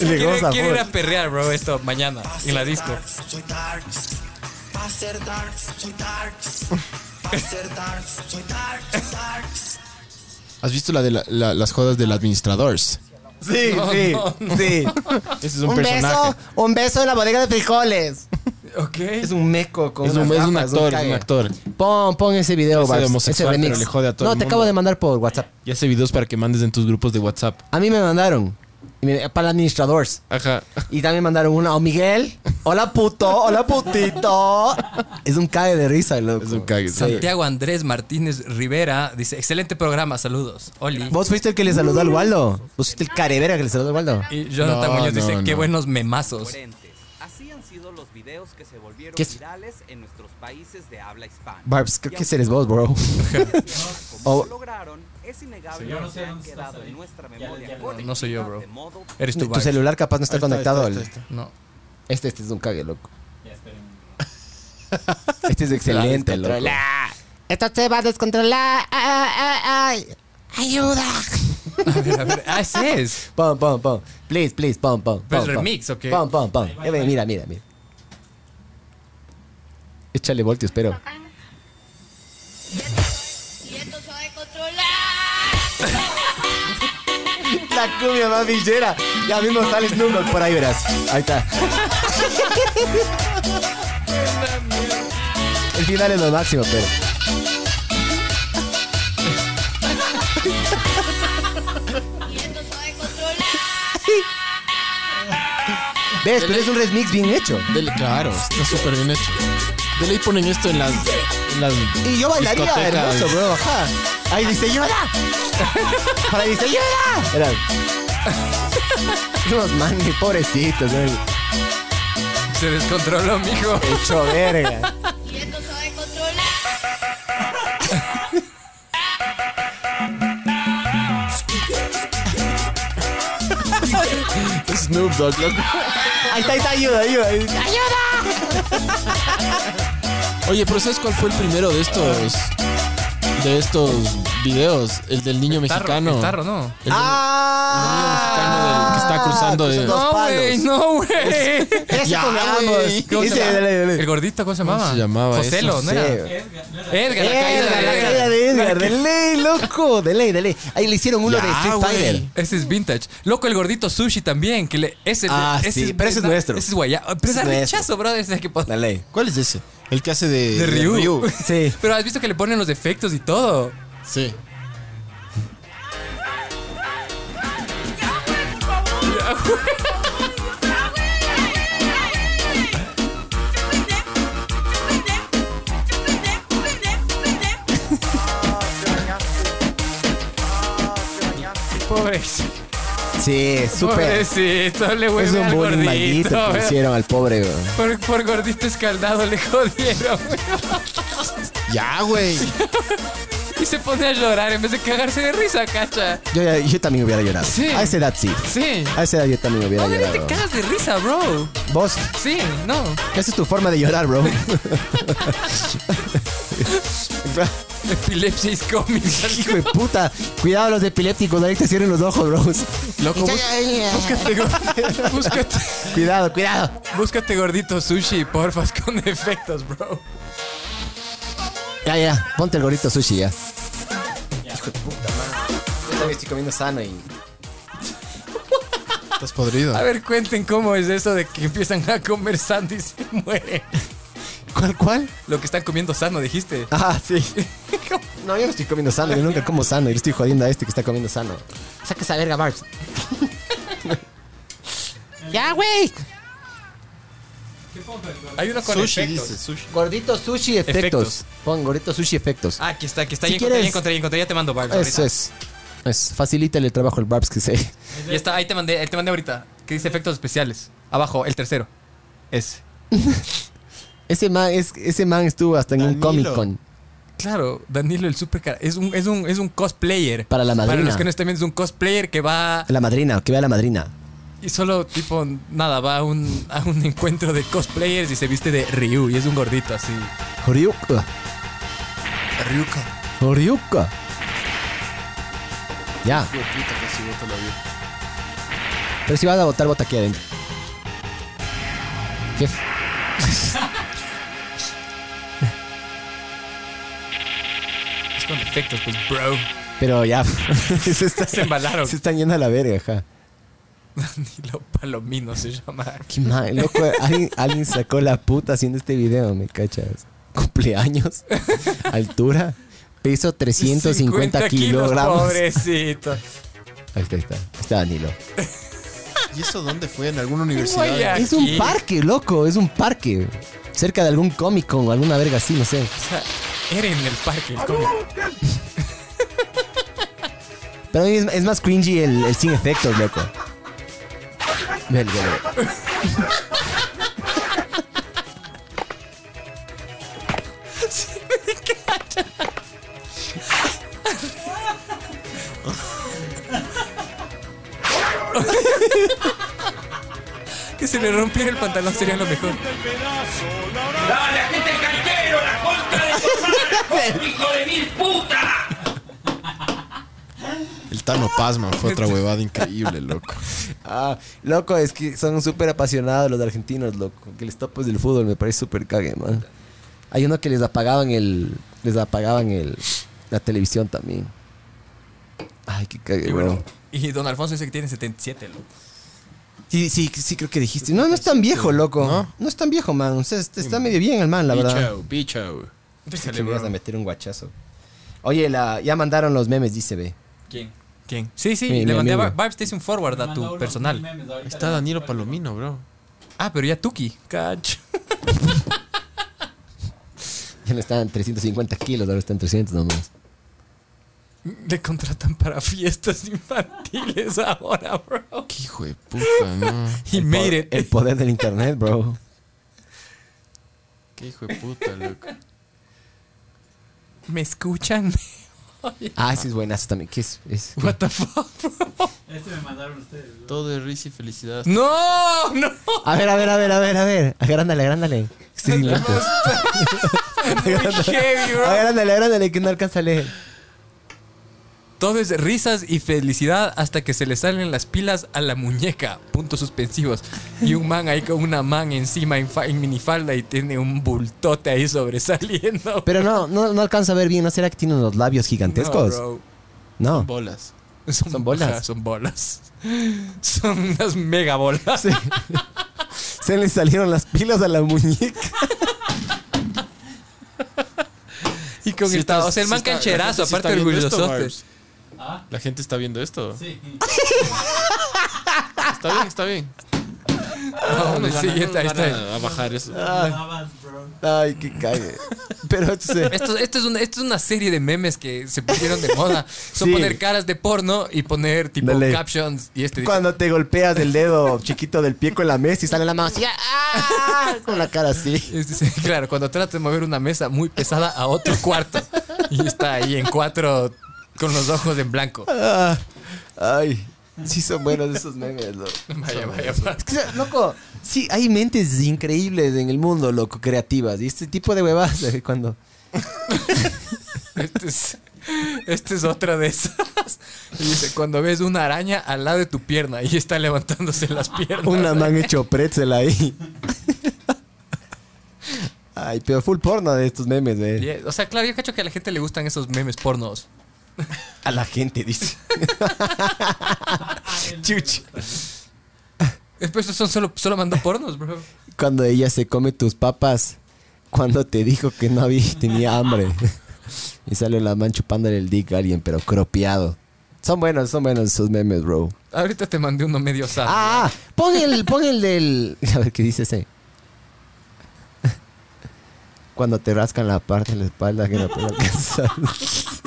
Le
Quiere,
goza,
quiere ir
bro.
a perrear, bro, esto mañana en la disco.
Soy darks. Para ser darks soy darks. Para ser darks soy darks darks.
¿Has visto la de la- la- las jodas del administradors?
Sí,
No,
sí,
no, no.
sí.
Ese es un, personaje.
un beso en la bodega de frijoles.
Ok.
Es un meco con
Es un,
unas
es un
gafas,
actor, es un
cague.
actor.
Pon, pon ese video,
Ese
Barbs,
homosexual,
ese remix.
pero le jode a todo
No,
el
te
mundo.
acabo de mandar por WhatsApp.
Y hace videos para que mandes en tus grupos de WhatsApp.
A mí me mandaron. y me- Para administradores.
Ajá.
Y también mandaron una. O Miguel. Hola puto. Hola putito. Es un cague de risa, loco. Es un
cague.
Santiago Andrés Martínez Rivera dice, excelente programa, saludos. Oli.
Vos fuiste el que le saludó al Waldo. Vos fuiste el carevera que le saludó al Waldo.
Y Jonathan
No,
Muñoz dice,
no,
qué
no.
buenos memazos.
Así han sido los videos que se volvieron
¿Qué es?
virales en nuestros países de habla hispana.
Barbs, creo que ese eres vos, bro.
Como
O-
lo lograron, es innegable
Señor,
que
no sé
se han
dónde estás
quedado en
ahorita.
nuestra
Ya,
memoria
ya,
colectiva
no soy yo, bro.
de modo
Eres tú,
tu
Barbs.
celular capaz no está
Ahí está, ahí está,
conectado.
ahí está, ahí está. No.
Este, este es un cague, loco.
Este
es excelente, Este loco. Esto se va a descontrolar. Ah, Ayuda.
Ah, ese es.
Pam, pam, pam. Please, please, pam, pam.
Pero es
pam, pam.
remix, ¿o qué?
Pam, pam, pam. Ya ve, Eh, Mira, mira, mira. Échale voltio, espero. La cumbia más villera. Ya mismo sale Snoop Dogg por ahí, verás. Ahí está. El final es lo máximo, pero. ¿Ves? Pero es un remix bien hecho.
claro, está súper bien hecho. De ley ponen esto en las. en las
Y yo bailaría
discotecas.
hermoso, bro. Ajá. Ahí dice, ¡llévala! Para ahí dice, ¡llévala! Era... Los manes, pobrecitos. ¿no?
Se descontroló, mijo.
Hecho verga.
Y esto se va a descontrolar.
Snoop Dogg, loco.
Ahí está, ahí está, ayuda, ayuda. ayuda.
Oye, pero ¿sabes cuál fue el primero de estos. de estos videos? El del niño
El tarro,
mexicano.
el tarro, ¿no?
El del- el niño mexicano del que está cruzando. de-
Ah, Dos palos.
güey, no, güey.
Ese pongamos.
güey.
¿Cómo se
Ese,
llama?
dale, dale.
El gordito, ¿cómo se llamaba?
se llamaba eso?
Joselo, ¿no era?
Sí.
Edgar, la
Edgar,
caída
la
de
caída
Edgar.
de Edgar, de ley, loco, de ley, de ley. Ahí le hicieron uno
Ya,
de Street
güey.
Fighter.
Ese es vintage. Loco, el gordito sushi también. Que le, ese,
Ah, sí, pero ese es nuestro.
Ese es guaya. Pero
Ese
ese
es
es
nuestro.
rechazo, brother. ese que pon-
La ley.
¿Cuál es ese? El que hace de.
De Ryu.
Sí.
Pero has visto que le ponen los efectos y todo.
Sí.
Pobre.
Sí, súper.
Pobrecito, le
Es
huele
un
al
buen maldito
gordito.
que le
¿verdad?
hicieron al pobre, güey.
Por, por gordito escaldado le jodieron.
Ya, güey.
Y se pone a llorar en vez de cagarse de risa, cacha.
Yo, ya- yo también hubiera llorado.
Sí.
A esa edad sí.
Sí.
A esa edad yo también hubiera
Madre, te
llorado.
cagas de risa, bro.
Vos,
Sí, no.
esa es tu forma de llorar, bro.
Epilepsia is coming.
Hijo de puta. Cuidado los epilépticos, ahorita cierren los ojos, bro.
Loco, bus-
Búscate, gor- búscate,
Cuidado, cuidado.
búscate gordito sushi, porfas, con efectos, bro.
Ya, ya, ponte el gorrito sushi ya. Hijo de puta, man. Yo también estoy comiendo sano y.
estás podrido.
A ver, cuenten cómo es eso de que empiezan a comer sano y se mueren.
¿Cuál, cuál?
Lo que están comiendo sano, dijiste.
Ah, sí. No, yo no estoy comiendo sano, yo nunca como sano. Yo le estoy jodiendo a este que está comiendo sano. Saca esa verga, Barbs. ya, güey.
Hay uno con
Sushi,
efectos.
dice, sushi.
Gordito sushi efectos.
Efectos.
Pon gordito sushi efectos.
Ah, aquí está, aquí está.
Si
ya,
quieres-
encontré, ya encontré, ya encontré, ya te mando, Barbs.
Eso
ahorita.
es. Es, facilítale el trabajo al Barbs que se.
Ya está, ahí te mandé, ahí te mandé ahorita. Que dice efectos especiales. Abajo, el tercero. Ese.
Ese man, es, ese man estuvo hasta en un Comic
Danilo.
Con.
Claro, Danilo el super es un, es un es un cosplayer.
Para la
Para
madrina.
los que no estén viendo, es un cosplayer que va
La madrina, que vea la madrina.
y solo tipo nada, va a un, a un encuentro de cosplayers y se viste de Ryu y es un gordito así.
Horiuka.
Ryuka.
Horiuka. Ya.
Hijo de puta, casi boto la vida.
Pero si vas a votar, vota aquí adentro. Jeff.
Es con efectos, pues bro.
Pero ya. se, está-
Se embalaron.
Se están yendo a la verga, ajá.
Danilo Palomino se llama.
Qué mal, loco. Alguien, alguien sacó la puta haciendo este video, me cachas. Cumpleaños. Altura. Peso 350 kilogramos.
Pobrecito.
Ahí está, ahí está. Ahí está Danilo.
¿Y eso dónde fue? ¿En alguna universidad?
Guaya.
Es un
Aquí.
parque, loco. Es un parque. Cerca de algún Comic Con o alguna verga así, no sé.
O sea, era en el parque el cómic.
Pero a mí es, es más cringy el, el sin efectos, loco. Vel, vel, vel.
Que se le rompiera el pantalón sería lo mejor.
¡Dale, agente el cartero! ¡La contra de tu madre, ¡Hijo de mil puta!
El Tano Pasma fue otra huevada increíble, loco.
Ah, loco, es que son súper apasionados los argentinos, loco. Que les topes del fútbol me parece súper cague, man. Hay uno que les apagaban el. Les apagaban el. La televisión también. Ay, qué cague,
Y
bueno.
bueno, y don Alfonso dice que tiene 77, loco.
Sí, sí, sí, creo que dijiste. No, no es tan viejo, loco. No, es tan viejo, man. O sea, está, está medio bien el man, la verdad.
pichao.
Que
Déjale,
le
bro.
vas a meter un guachazo. Oye, la, ya mandaron los memes, dice B.
¿Quién? ¿Quién? Sí, sí,
Mi-
le
mi
mandé a
amigo.
Bar- Barbs, te hice un forward a tu personal.
Está Danilo Palomino, bro.
Ah, pero ya Tuki. Cacho.
Ya no están 350 kilos, ahora están 300 nomás.
Le contratan para fiestas infantiles ahora, bro.
Qué hijo de puta, no.
He made it.
El poder del internet, bro.
Qué hijo de puta, loco.
¿Me escuchan?
Ah, ese es buenazo también. ¿Qué es? es-
What the fuck, bro?
Este me mandaron ustedes.
Todo es risa y felicidad.
¡No! ¡No!
A ver, a ver, a ver, a ver, a ver. Agrándale, agrándale. Sí, lentes.
heavy, bro.
agrándale, agrándale, que no alcanza a leer.
Todo es risas y felicidad hasta que se le salen las pilas a la muñeca. Puntos suspensivos. Y un man ahí con una man encima en, fa- en minifalda y tiene un bultote ahí sobresaliendo.
Pero no, no, no alcanza a ver bien. ¿No será que tiene unos labios gigantescos?
No,
No.
Son bolas.
Son,
bolas.
ajá, son bolas. Son unas mega bolas.
Se le salieron las pilas a la muñeca.
Y con
Sí
el
estás-
ta- O sea, el
sí
man
está- la
cancherazo,
gente sí
aparte
está
del
viendo esto,
orgullosote.
Barbs. La gente está viendo esto.
Sí.
Está bien, está bien.
No,
nos
sí,
van a-
está-
nos
está Ah, bien.
van A, a bajar eso.
Ay, ay, qué cague. Pero se-
Esto, esto es una, esto es una serie de memes que se pusieron de moda. Son
Sí.
poner caras de porno y poner tipo
Dale.
captions y este dice,
cuando te golpeas el dedo chiquito del pie con la mesa y sale la mano así, ¡ah! con la cara así.
este, sí, claro, cuando tratas de mover una mesa muy pesada a otro cuarto y está ahí en cuatro con los ojos en blanco.
Ah, ay, sí son buenos esos memes, loco.
Vaya, vaya,
Es que, loco, sí, hay mentes increíbles en el mundo, loco, creativas. Y este tipo de huevas, eh, cuando...
Este es, este es otra de esas. Y dice, cuando ves una araña al lado de tu pierna y está levantándose las piernas.
Una man hecho pretzel ahí. Ay, pero full porno de estos memes, eh.
Y, eh, O sea, claro, yo cacho que a la gente le gustan esos memes pornos.
A la gente, dice.
Chuch. Después son solo, solo mandó pornos, bro.
Cuando ella se come tus papas, cuando te dijo que no había, tenía hambre. Y sale la man chupándole el dick a alguien, pero cropeado. Son buenos, son buenos esos memes, bro.
Ahorita te mandé uno medio sad.
Ah, pon el, pon el del. A ver qué dice ese. Cuando te rascan la parte de la espalda que no puedes alcanzar.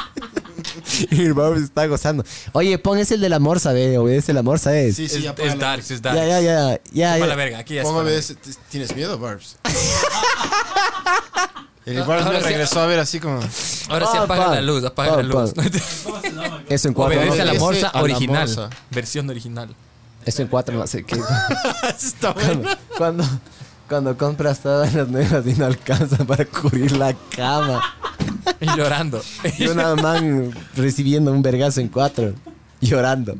Y el Bob está gozando. Oye, pon ese el de la morsa, ve. Obedece la morsa, es.
Sí, sí,
es,
ya
es dark, es dark.
ya, ya, ya. ya,
Chupa
ya.
la verga, aquí ya
¿Cómo
está la
ves? ¿T- ¿Tienes miedo, Barbs? El Barbs
Ahora
me
sí.
regresó a ver así como.
Ahora sí
Ah,
apaga
pa.
la luz, apaga
Pa,
la luz.
pa. Eso en cuatro.
Obedece a la
Obedece
morsa
a la
original.
morsa.
Versión original.
Eso en cuatro, no sé qué. cuando, cuando, cuando compras todas las nuevas y no alcanza para cubrir la cama.
Y llorando.
Y una man recibiendo un vergazo en cuatro, llorando.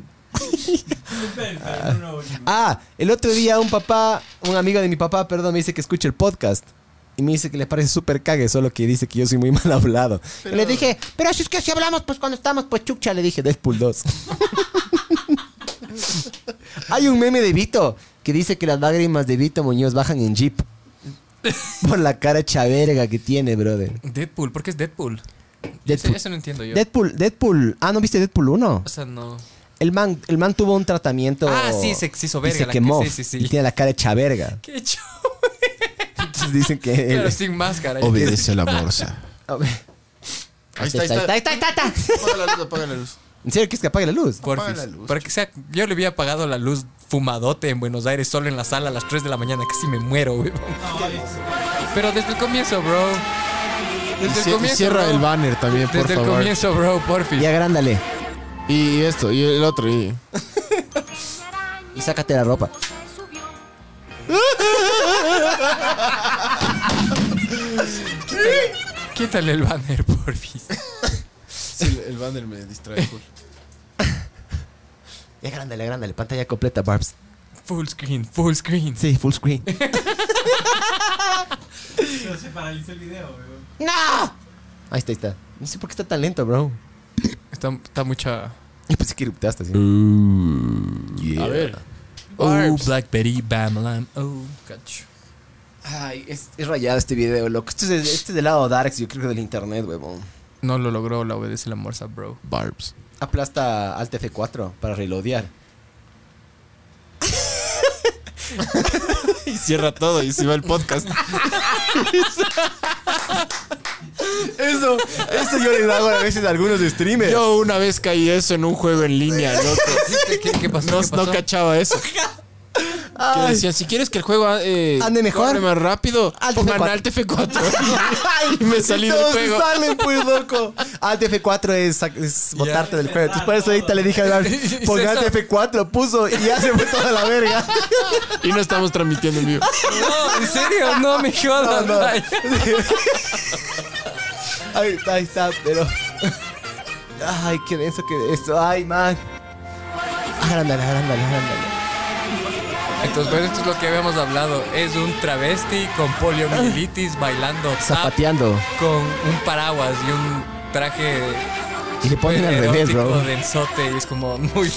Ah, el otro día un papá, un amigo de mi papá, perdón, me dice que escuche el podcast. Y me dice que le parece súper cague, solo que dice que yo soy muy mal hablado. Y le dije, pero si es que si hablamos, pues cuando estamos, pues chucha, le dije, Deadpool 2. Hay un meme de Vito que dice que las lágrimas de Vito Muñoz bajan en Jeep. Por la cara hecha verga que tiene, brother.
Deadpool, ¿por qué es Deadpool?
Deadpool.
Eso no entiendo yo.
Deadpool, Deadpool. Ah, ¿no viste Deadpool 1?
O sea, no.
El man, el man tuvo un tratamiento.
Ah, sí, se- se hizo
y
verga
se
la-
quemó.
sí, sí, sí.
Y tiene la cara hecha verga.
Qué chulo.
Entonces dicen que. él-
Pero sin máscara.
Obedece a la morsa.
A ver.
Ahí está, ahí está.
ahí está, ahí está, ahí está.
Apaga la luz, apaga la luz.
¿En serio quieres que apague la luz?
Porfis.
la luz,
Para que sea, yo le había apagado la luz fumadote en Buenos Aires solo en la sala a las 3 de la mañana, casi me muero, güey. Pero desde el comienzo, bro.
Y
Desde
cie-
el
y
comienzo.
cierra
bro.
el banner también, por
Desde el
favor.
comienzo, bro, porfis.
Y agrándale.
Y esto, y el otro, y.
Y sácate la ropa.
Quítale el banner, porfis.
Sí, el- el banner me distrae. full.
Y agrándale, agrándale. Pantalla completa, Barbs.
Full screen, full screen.
Sí, full screen.
Pero se paralizó el video, weón.
¡No! Ahí está, ahí está. No sé por qué está tan lento, bro.
Está, está mucha.
Yo pensé que eruptaste así.
A ver.
Oh, Blackberry, Bam, Lam. Oh, cacho.
Ay, es, es rayado este video, loco. Este es, este es del lado darks, yo creo que del internet, huevón.
No lo logró, la obedece la morsa, bro.
Barbs.
Aplasta Alt F4 para reloadear.
Y cierra todo y se va el podcast.
Eso, eso yo le hago a veces a algunos streamers.
Yo una vez caí eso en un juego en línea, loco.
¿Qué pasó?
No,
¿Qué pasó?
no cachaba eso. Que
Ay.
decían, si quieres que el juego eh,
Ande mejor.
corre más rápido, pongan
F4.
Alt F4. y me salí del
Todos se
juego.
salen, pues, loco. Alt F4 es, sac- es botarte del juego. Entonces, por eso ahorita le dije a Iván,
Y
pon
César-
Alt F4, lo puso y ya se fue toda la verga.
Y no estamos transmitiendo en vivo.
No, en serio, no me jodas.
No, no.
Ay.
Ahí está, ahí está, pero... Ay, qué denso que esto. Ay, man. Arándale, arándale, arándale.
Entonces, bueno, esto es lo que habíamos hablado. Es un travesti con poliomielitis bailando tap
Zapateando.
con un paraguas y un traje pues,
Y le ponen al revés,
erótico
bro.
densote y es como muy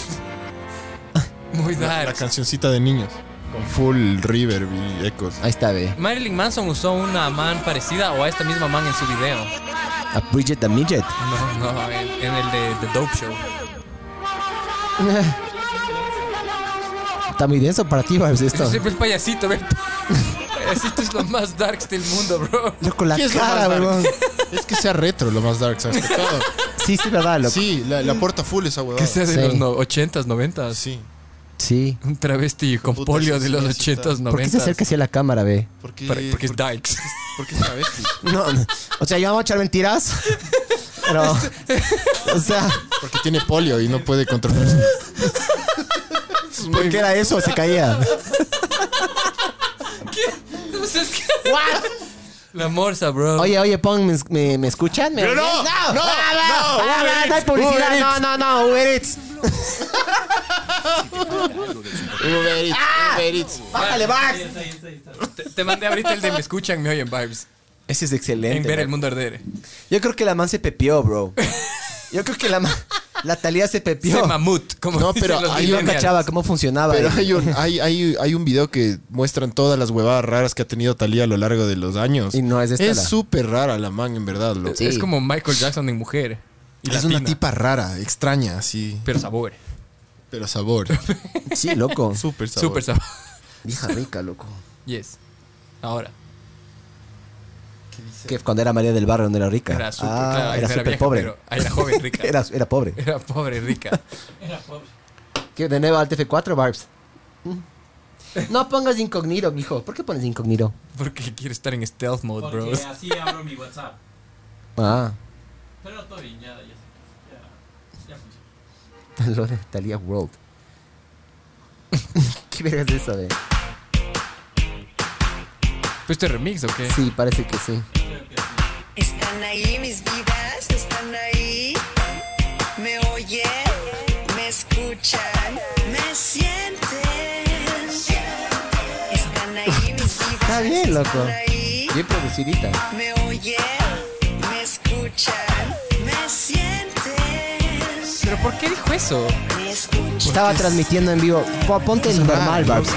muy
La, la
dark.
cancioncita de niños. Con full reverb y ecos.
Ahí está, ve.
Marilyn Manson usó una man parecida o a esta misma man en su video.
A Bridget the Midget.
No, no, en, en el de The Dope Show.
Está muy denso para ti, Barbs, esto.
Siempre el payasito, ve. El payasito es lo más darks del mundo, bro.
Loco, la cara, weón.
Es que sea retro lo más dark, ¿sabes? Que todo.
Sí, sí, verdad, loco.
Sí, la, la porta full esa huevada.
Que sea de
Sí.
los no- 80s, 90s.
Sí.
Sí.
Un travesti con
Puta,
polio
sí,
de
sí,
los
sí, sí,
80s,
está.
90s.
¿Por qué se acerca hacia la cámara, ve?
Porque,
Para- porque es Dykes.
Porque es travesti.
No, no. o sea, yo vamos a echar mentiras. Pero. O sea,
Porque tiene polio y no puede controlarse.
¿por qué era eso? Se caía.
Entonces, ¿qué? La morsa, bro.
Oye, oye, pon, ¿me, me, me escuchan? ¿Me
Pero no,
oyen?
no,
Ah, va,
no,
va,
Uber
va, no hay
Eats, Uber
publicidad. No,
Eats.
no, no, Uber Eats.
Uber Eats, Uber Eats.
Ah. Bájale, Bax.
Te, te mandé ahorita el de me escuchan, me oyen vibes.
Ese es
En
excelente.
ver el
loco.
mundo arder.
Yo creo que la man se pepió, bro. Yo creo que la man. La Talía se
Ese
pepió.
mamut, como
No,
dicen
pero
los
ahí
Yo no
millennials.
cachaba cómo funcionaba.
Pero
eh.
hay un, hay, hay, hay un video que muestran todas las huevadas raras que ha tenido Talía a lo largo de los años.
Y no es esta la-
Es súper rara la man, en verdad. loco.
Sí.
Es como Michael Jackson en mujer. Y
es
latina,
una tipa rara, extraña, así.
Pero sabor.
Pero sabor.
Sí, loco.
Súper sabor.
Súper sabor.
Hija rica, loco.
Yes. Ahora.
Que cuando era María del Barrio no era rica.
Era súper,
Ah,
claro,
era
era
súper
vieja,
pobre.
pero- ah, era joven rica.
era, era pobre.
Era pobre, rica.
¿Qué, de nuevo al TF4, Barbs. No pongas incógnito, mijo. ¿Por qué pones incógnito?
Porque quiere estar en stealth mode,
Porque
bro.
así abro mi WhatsApp.
Ah,
Pero todo bien, ya, ya, ya, ya funciona.
lo de Thalia World. ¿Qué vergas es eso, eh?
¿Fuiste remix o qué?
Sí, parece que sí.
Están ahí mis vidas, están ahí. Me oyen, me escuchan, me sienten. Están ahí mis vidas.
Está bien, loco.
Están ahí.
Bien producidita.
Me oyen, me escuchan, me sienten.
¿Pero por qué dijo eso?
Me escuchan.
Estaba transmitiendo en vivo. Po- Ponte el normal, Barbs.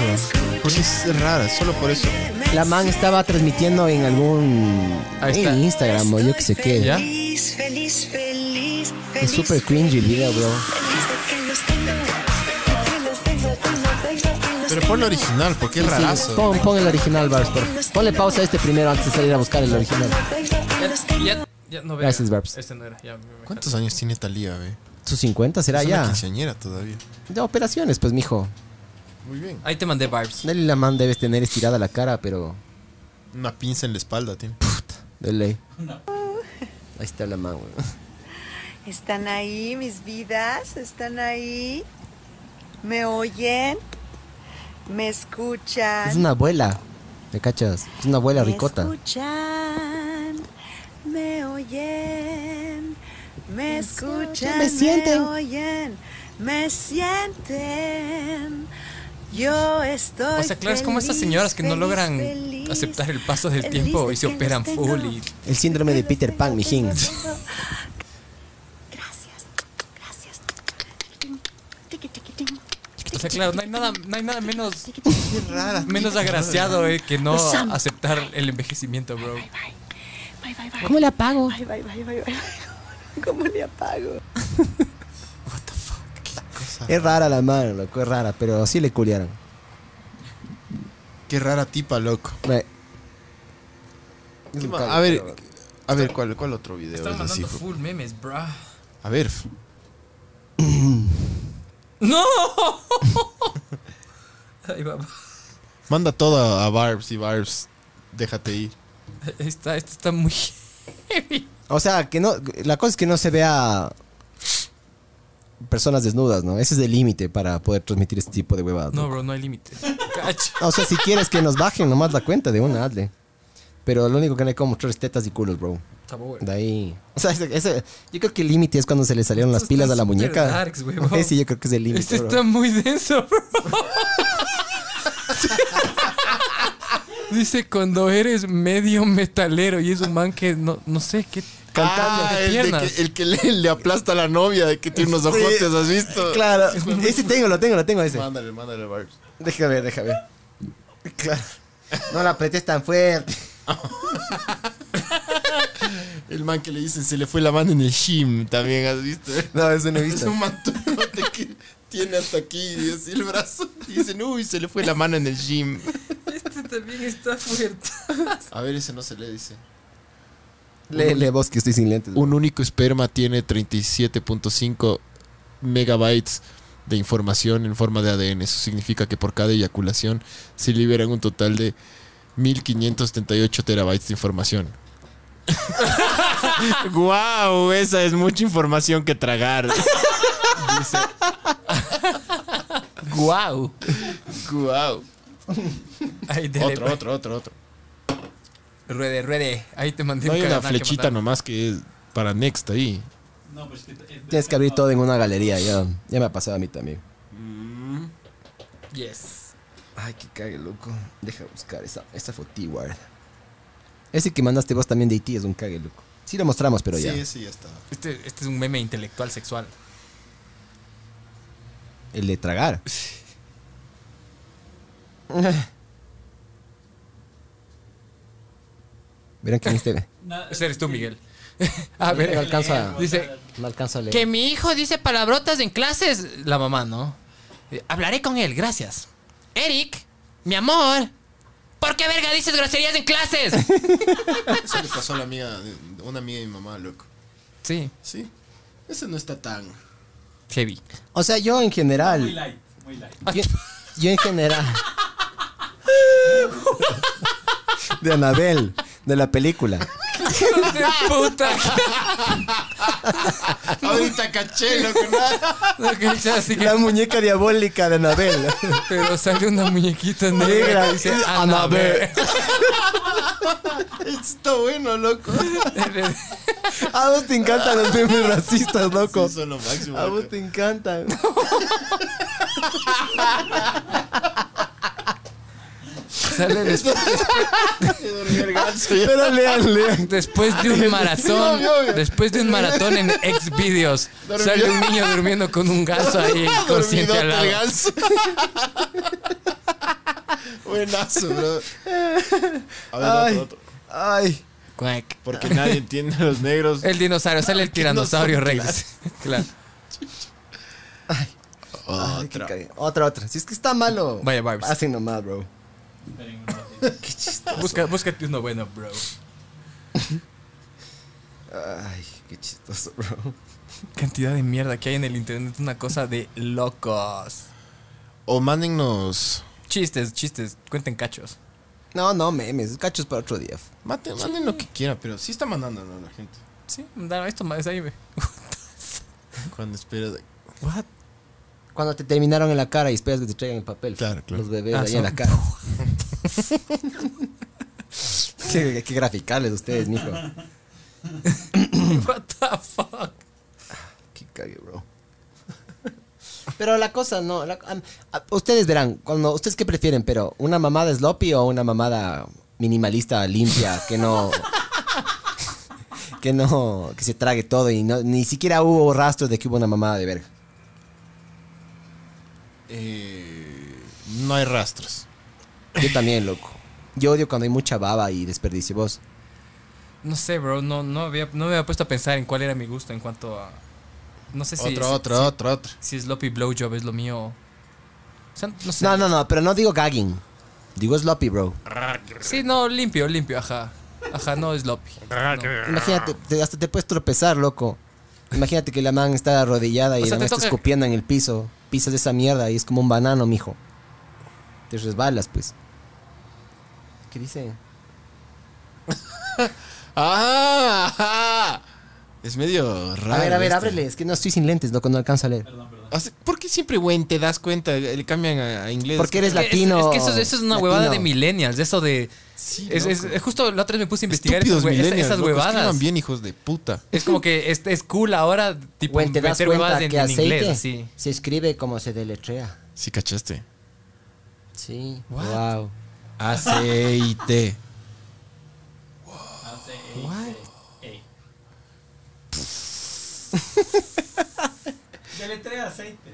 Porque es rara, solo por eso.
La man estaba transmitiendo en algún.
Ahí está.
En Instagram o yo que sé qué.
¿Ya?
Feliz, feliz, feliz,
Es
feliz.
súper cringy el video, bro.
Pero ponlo original, porque es
Sí, sí,
rarazo.
pon, pon el original, Barbs. por favor. Ponle pausa a este primero antes de salir a buscar el original.
Ya, ya, ya no veo.
Gracias, Barbs.
Este no era. Ya, me- me-
¿Cuántos años tiene Talía, ve?
¿Sus 50 será
es una
ya?
quinceañera todavía.
De operaciones, pues, mijo.
Muy bien.
Ahí te mandé vibes.
Nelly Lamán debes tener estirada la cara, pero
Una pinza en la espalda tiene.
de ley. Ahí está la man, güey.
Están ahí mis vidas, están ahí. Me oyen, me
Ah,
escuchan.
Es una abuela. ¿Me cachas? Es una abuela ricota.
Me escuchan, me oyen, me escuchan,
me sienten.
oyen, me sienten. Yo estoy.
O sea, claro, es como estas
feliz,
señoras que no
feliz,
logran
feliz,
aceptar el paso del
feliz
tiempo y
de
se
que los
operan
tengo.
full y
El síndrome de Peter Pan, mijín.
Gracias, gracias. Tiqui, tiqui, tiqui.
O sea, claro, no hay nada, no hay nada menos,
rara.
menos agraciado eh, que no aceptar el envejecimiento, bro.
Bye, bye, bye.
¿Cómo la pago?
Bye, bye, bye, bye, bye. ¿Cómo le apago?
Es rara la man, loco, es rara, pero sí le culiaron.
Qué rara tipa, loco.
Es
¿Qué
un
ma-
cago,
a ver,
pero-
a ver, ¿cuál, cuál otro video
Están
es así?
mandando
hijo?
full memes, bra.
A ver.
¡No! Ahí va.
Manda todo a, a Barbs y Barbs, déjate ir.
Está, esto está muy.
O sea, que no, la cosa es que no se vea personas desnudas, ¿no? Ese es el límite para poder transmitir este tipo de huevadas.
No, bro, no hay límite. Cacha.
O sea, si quieres que nos bajen nomás la cuenta de una, hazle. Pero lo único que no hay como mostrar es tetas y culos, bro.
Está bueno.
De ahí. O sea, ese- ese- yo creo que el límite es cuando se le salieron las pilas a la
súper
muñeca.
darks, huevón.
Ese yo creo que es el límite,
Esto
bro.
Este está muy denso, bro. Dice cuando eres medio metalero y es un man que no, no sé qué
Cantando.
qué
Ah, el, de
piernas.
que, el que le, le aplasta a la novia, de que tiene unos ojotes, ¿has visto?
Claro, ese tengo, lo tengo, lo tengo ese.
Mándale, mándale, Barbs.
Déjame ver, déjame ver. Claro. No la apretes tan fuerte.
El man que le dicen se le fue la mano en el gym, también, ¿has visto?
No, eso no he
Es
visto.
un mantucote que tiene hasta aquí y así el brazo. Y dicen, uy, se le fue la mano en el gym.
Este también está fuerte.
A ver, ese no se le dice.
Le, le vos que estoy sin lentes.
Un único esperma tiene 37.5 megabytes de información en forma de ADN. Eso significa que por cada eyaculación se liberan un total de 1578 terabytes de información. ¡Guau! Esa es mucha información que tragar. Dice.
¡Guau!
¡Guau!
Ahí, dele,
Otro,
bro.
otro, otro, otro.
Ruede, ruede. Ahí te mandé
No hay
un
una
canal que
flechita
mandaron.
nomás que es para Next ahí.
Tienes que abrir todo en una galería, ya, ya me ha pasado a mí también.
Yes.
Ay, que cague, loco. Deja buscar esa. Esta fue T-Ward. Ese que mandaste vos también de IT es un cague, loco. Sí lo mostramos, pero ya.
sí, ya está.
Este, este es un meme intelectual sexual.
El de tragar. Verán que en este.
Ese eres tú, Miguel. A ver,
no alcanza.
Dice,
No alcanza a leer.
Que mi hijo dice palabrotas en clases. La mamá, ¿no? Eh, Hablaré con él, gracias. Eric, mi amor. ¿Por qué verga dices groserías en clases?
Eso le pasó a la amiga, de- una amiga de mi mamá, loco.
Sí.
Sí. Ese no está tan.
Heavy.
O sea, yo en
Muy
general.
light, muy light.
Yo, yo en general. De Anabel, de la película.
de puta.
Ahorita caché, loco. nada.
No, que dice así que-
La muñeca diabólica de Anabel.
Pero sale una muñequita negra. Dice Anabel.
Anabel.
Eso Está bueno, loco.
A vos te encantan los memes racistas, loco.
Sí, son lo máximo.
A vos
loco.
te encantan.
Sale después,
Pero lean, lean.
después de un maratón. Después de un maratón en ex videos. Sale un niño durmiendo con un ganso ahí consciente
Dormidote
al
el
lado.
ganso. Buenazo, bro. A ver,
Ay.
otro, otro.
Ay.
Cuac.
Porque nadie entiende a los negros.
El dinosaurio, sale el tiranosaurio Rex. Claro.
Ay, qué cague- otra, otra. Si es que está malo.
Vaya, Barbs.
Hacen nomás, bro.
Busca, búscate uno bueno, bro.
Ay, qué chistoso, bro.
Cantidad de mierda que hay en el internet, una cosa de locos.
O mándennos.
Chistes, chistes, cuenten cachos.
No, no, memes. Cachos para otro día.
Mate, manden lo que quieran, pero sí está mandándonos la gente.
Sí, mandaron esto más ahí. me-
Cuando esperas.
What?
Cuando te terminaron en la cara y esperas que te traigan el papel.
Claro, claro.
Los bebés
Ah,
ahí
son-
en la cara. qué, qué graficales ustedes, mijo.
What the fuck?
Qué cague, bro. Pero la cosa no. la- am- a- ustedes verán, cuando ustedes qué prefieren, pero una mamada sloppy o una mamada minimalista limpia que no. que no. que se trague todo y no, ni siquiera hubo rastro de que hubo una mamada de verga.
Eh, no hay rastros.
Yo también, loco. Yo odio cuando hay mucha baba y desperdicio. Vos.
No sé, bro, no, no, había, no me había puesto a pensar en cuál era mi gusto en cuanto a. No sé si.
otro,
si-
otro,
si-
otro, otro.
Si Sloppy Blowjob es lo mío. O sea, no sé.
No, no, no, pero no digo gagging. Digo sloppy, bro.
Sí, no, limpio, limpio, ajá. Ajá, no es lopi.
Imagínate, te- hasta te puedes tropezar, loco. Imagínate que la man está arrodillada y
O sea,
la
te
man está
toca-
escupiendo en el piso. Pisas esa mierda y es como un banano, mijo. Te resbalas, pues. ¿Qué dice?
¡Ah! ajá. Es medio raro. este.
a ver, a ver,
esto.
ábrele. Es que no estoy sin lentes, loco, no alcanzo a leer.
O sea, ¿Por qué siempre, güey, te das cuenta? Le cambian a, a inglés.
Porque eres
Es que-
latino.
Es, que eso, eso es una huevada de
latino.
millennials, eso de... es, es-
loco.
es justo la otra vez me puse a investigar esas,
Estúpidos
hue- esas,
millennials,
esas
loco,
huevadas.
escriban bien, hijos de puta.
Es como que es, es cool ahora, tipo,
Güey, te das
meter huevadas
cuenta
en,
que
en
aceite
inglés, así.
se escribe como se deletrea.
Sí, cachaste.
Sí.
What?
Wow.
Aceite.
Deletré aceite.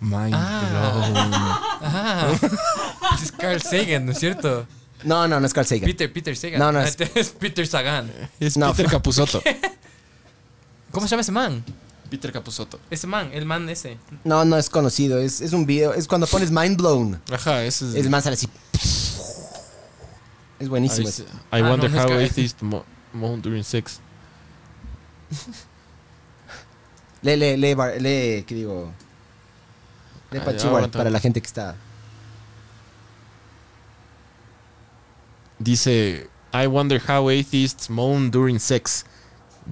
Mind
Ah.
blown.
Ajá. Es Carl Sagan, ¿no es cierto?
No, no, no es Carl Sagan.
Peter, Peter Sagan.
No, no, es-
es Peter Sagan.
Es
No.
Peter Capusotto.
¿Cómo se llama ese man?
Peter Capusotto.
Ese man, el man ese.
No, no es conocido. Es, es un video. Es cuando pones mind blown.
Ajá, ese es.
Es más sale así. Es buenísimo.
I,
ese.
I
Ah,
wonder
no, no es
how
que-
atheists mo- moan during sex.
Lee, lee, lee, bar- lee, ¿qué digo? Lee
Ah,
para
ya,
Chihuahua,
aguanta.
para la gente que está.
Dice, I wonder how atheists moan during sex.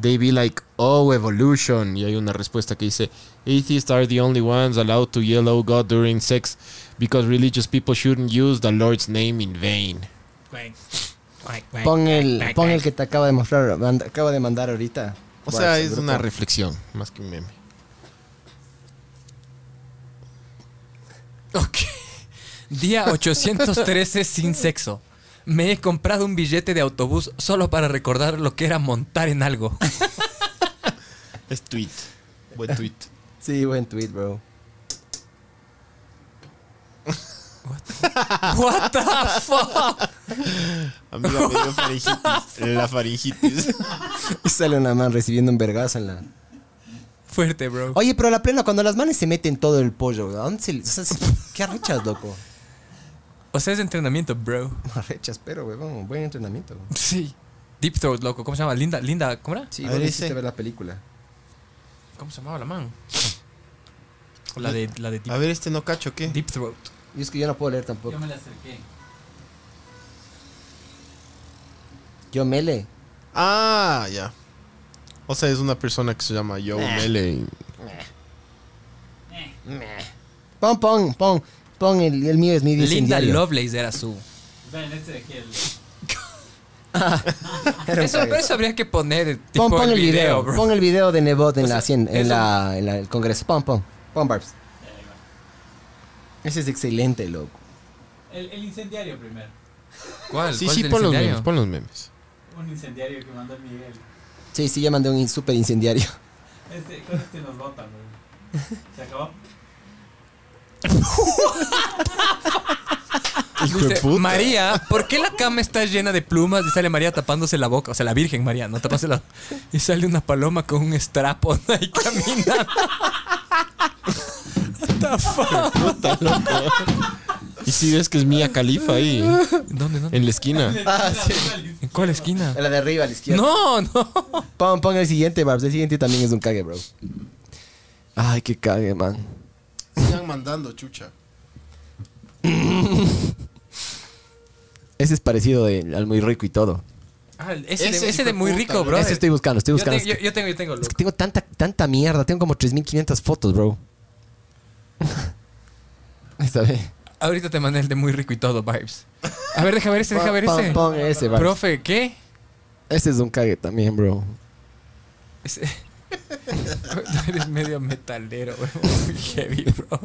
They be like, oh, evolution. Y hay una respuesta que dice, atheists are the only ones allowed to yell, oh, God during sex because religious people shouldn't use the Lord's name in vain.
Pon el, pon el que te acaba de mostrar, mand- acaba de mandar ahorita.
O
What's
sea,
el
es
grupo.
una reflexión, más que un meme.
Ok. Día 813 sin sexo. Me he comprado un billete de autobús solo para recordar lo que era montar en algo.
Es tweet. Buen tweet.
Sí, buen tweet, bro.
What the fuck?
Amiga, me dio faringitis. La faringitis.
Y sale una man recibiendo un vergazo en la.
Fuerte, bro.
Oye, pero la plena, cuando las manes se meten todo el pollo, ¿a dónde se le- o sea, se- ¿Qué arrechas, loco?
O sea, es entrenamiento, bro.
Arrechas, pero, weón, buen entrenamiento.
Sí. Deep Throat, loco. ¿Cómo se llama? Linda, Linda, ¿cómo era?
Sí,
A
vos
ver,
me hiciste
dice.
ver la película.
¿Cómo se llamaba la man? O La de, la de
A
deep,
ver, este no cacho, ¿qué?
Deep Throat.
Y es que yo no puedo leer tampoco.
Yo me la acerqué.
Yo mele.
Ah, ya. O sea, es una persona que se llama Joe Mele.
Pon, pon, pon. Pon el, el mío es mi
Linda
diario.
Lovelace era su.
Ven, este de aquí. El...
Era un
Eso,
cague.
pero eso habría que poner tipo,
Pon, pon
el video, bro.
Pon el video de Nebot en, la, cien- en,
eso-
la, en la- el Congreso. Pon, pon. Pon, Barbs. Ese es excelente, loco.
El, el incendiario primero.
¿Cuál?
Sí,
¿Cuál
sí,
del
pon los
incendiario? Ah,
memes, pon los memes.
Un incendiario que mandó Miguel.
Sí, sí, ya mandé un in- super incendiario.
Este, con este nos botan, güey. ¿Se acabó?
Hijo de
pues Dice,
puta.
María, ¿por qué la cama está llena de plumas? Y sale María tapándose la boca. O sea, la Virgen María, no tapándose la Y sale una paloma con un estrapo ahí caminando. What the fuck?
Puta, loco. Y si ves que es Mía Califa ahí,
¿Dónde, dónde?
en la esquina.
Ah, sí.
¿En cuál esquina?
La de arriba, a la izquierda.
No, no.
Pon, pon el siguiente, Barbs. El siguiente también es un cague, bro. Ay, qué cague, man.
Sigan mandando, chucha.
Ese es parecido de- al muy rico y todo.
Ah,
Ese
ese, de, ese
hijo
de
de
muy
puta,
rico, bro.
Ese estoy buscando, estoy buscando.
Yo, tengo- yo- yo tengo, yo tengo.
Es
loco.
que tengo tanta, tanta mierda. Tengo como 3.500 fotos, bro. Esta vez.
Ahorita te mandé el de muy rico y todo, vibes. A ver, deja ver ese, deja ver
Pon-
ese.
pon ese, Barbs.
Profe, ¿qué?
Ese es un cague también, bro.
Ese- Tú eres medio metalero, güey. Muy heavy, bro.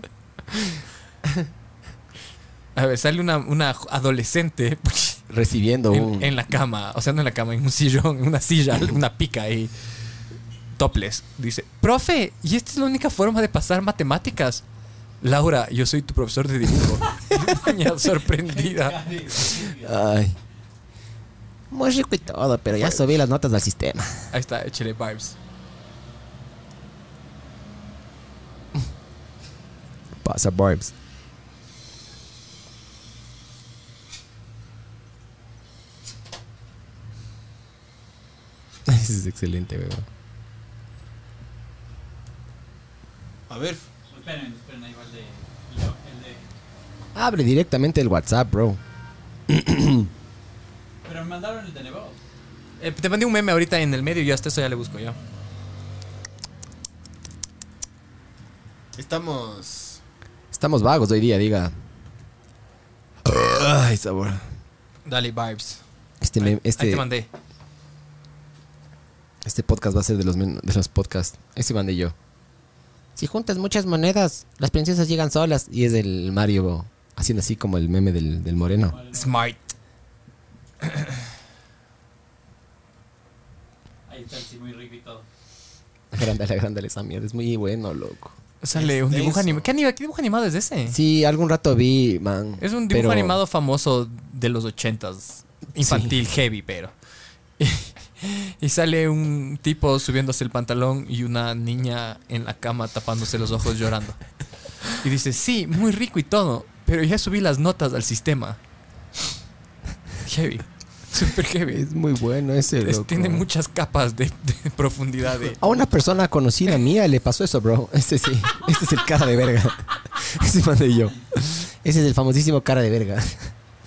A ver, sale una, una adolescente
Recibiendo un...
en, en la cama. O sea, no en la cama, en un sillón, en una silla, una pica ahí. Topless. Dice, profe, ¿y esta es la única forma de pasar matemáticas? Laura, yo soy tu profesor de dibujo. Doña sorprendida.
Ay. Muy rico y todo, pero ya subí las notas al sistema.
Ahí está, échale vibes.
Pasa, Barbs. Ese es excelente, weón.
A ver.
Esperen, esperen, ahí va el de. El de- el de-
Abre directamente el WhatsApp, bro.
Pero me mandaron el de Nevado.
Eh, te mandé un meme ahorita en el medio y hasta eso ya le busco yo.
Estamos.
Estamos vagos hoy día, diga. Ay, sabor.
Dale, vibes.
Este, meme-
Ahí
este,
te mandé.
este podcast va a ser de los, men- de los podcasts. Este mandé yo. Si juntas muchas monedas, las princesas llegan solas. Y es el Mario bo, haciendo así como el meme del, del moreno.
Smart.
Ahí está el Simo y Rico y todo.
Agrándale, agrándale esa mierda. Es muy bueno, loco.
Sale un dibujo animado. ¿Qué, anima- qué dibujo animado es ese?
Sí, algún rato vi, man.
Es un dibujo
pero-
animado famoso de los ochentas. Infantil, heavy, pero. y sale un tipo subiéndose el pantalón y una niña en la cama tapándose los ojos llorando. Y dice, sí, muy rico y todo, pero ya subí las notas al sistema. Heavy. Super heavy.
Es muy bueno ese,
Es-
loco.
tiene muchas capas de, de profundidad. de-
A una persona conocida mía le pasó eso, bro. Este sí. Este es el cara de verga. Ese mandé yo. Ese es el famosísimo cara de verga.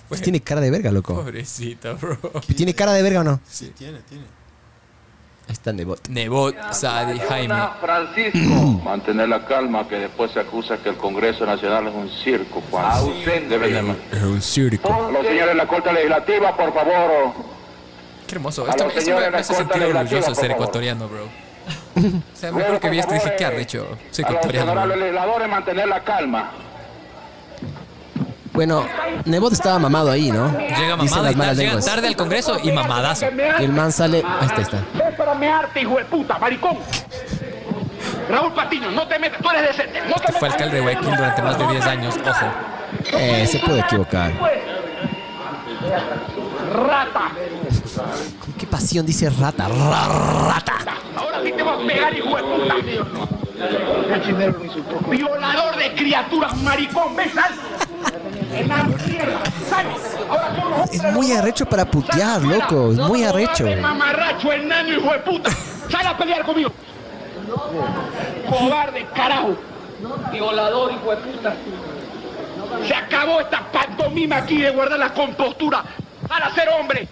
Pues tiene cara de verga, loco.
Pobrecita, bro.
¿Tiene cara de verga o no?
Sí, tiene, tiene.
Ahí está Nebot.
Nebot, Sadi, Jaime.
Francisco. Mantener la calma que después se acusa que el Congreso Nacional es un circo, Juan. Deben de-
Es un circo.
Los señores de la Corte Legislativa, por favor.
Qué hermoso.
A
Esto,
los
esto me,
señores
me hace
de la
sentir
Corte Legislativa,
orgulloso de ser
por favor.
ecuatoriano, bro. O sea, mejor que vi esto y dije, qué arrecho. Soy
a los
ecuatoriano,
señores
bro.
legisladores, mantener la calma.
Bueno, Nebot estaba mamado ahí, ¿no? Dicen
Llega mamada
las
y tal,
malas
llega
lenguas.
tarde al Congreso y mamadazo.
Y el man sale. Ahí está, ahí está.
Ves para mi arte, hijo de puta, maricón. Raúl Patiño, no te metas, tú eres decente. No te
Este Fue alcalde de Guayaquil durante más de 10 años, ojo.
Eh, se puede equivocar.
Pues, Rata.
Con qué pasión dice rata. ra- rata.
Ahora sí te voy a pegar, hijo de puta. Violador de criaturas, maricón, ves sal. Enano, mierda, sal. Ahora tú no
Es muy arrecho para putear, loco. Es muy arrecho.
Cobarde, Mamarracho, enano, hijo de puta. Sal a pelear conmigo. Cobarde, carajo. Violador, hijo de puta. Se acabó esta pantomima aquí de guardar la compostura. Sal a ser hombre.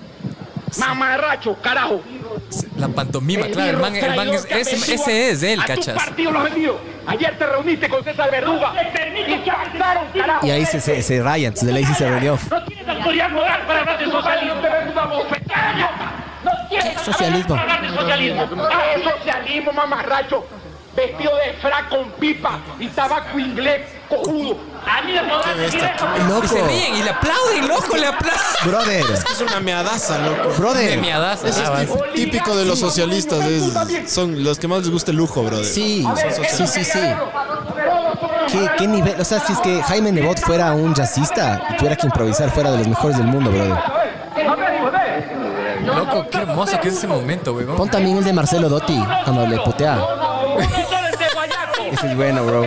Mamarracho, carajo.
La pantomima, claro, el man, el man es,
Traidor que
ese-
aperciba
ese es él,
a tu
cachas.
partido los vendidos. Ayer te reuniste con César Verduga. Y te pasaron, carajo.
Y ahí se, se, se raya. Entonces ahí sí se reunió.
No tienes autoridad moral para hablar de socialismo. Te vengo a bofetar. No tienes
¿Qué es socialismo?
autoridad para hablar de socialismo. Ah, es socialismo, mamarracho. Vestido de frac con pipa y tabaco inglés cojudo. A mí
Loco.
Y se ríen y le aplauden, loco, le aplauden.
Brother.
Es una meadaza, loco.
Brother.
De mi adaza.
Eso
Ah,
es
vas.
tip- típico de los socialistas. es- son los que más les gusta el lujo, brother.
Sí,
Son
sí,
socialistas.
sí, sí. ¿Qué, qué nivel? O sea, si es que Jaime Nebot fuera un jazzista, tuviera que improvisar fuera de los mejores del mundo, brother.
Loco, qué hermoso que es ese momento, weón.
Pon también el de Marcelo Dotti cuando le putea. Ese es bueno, bro.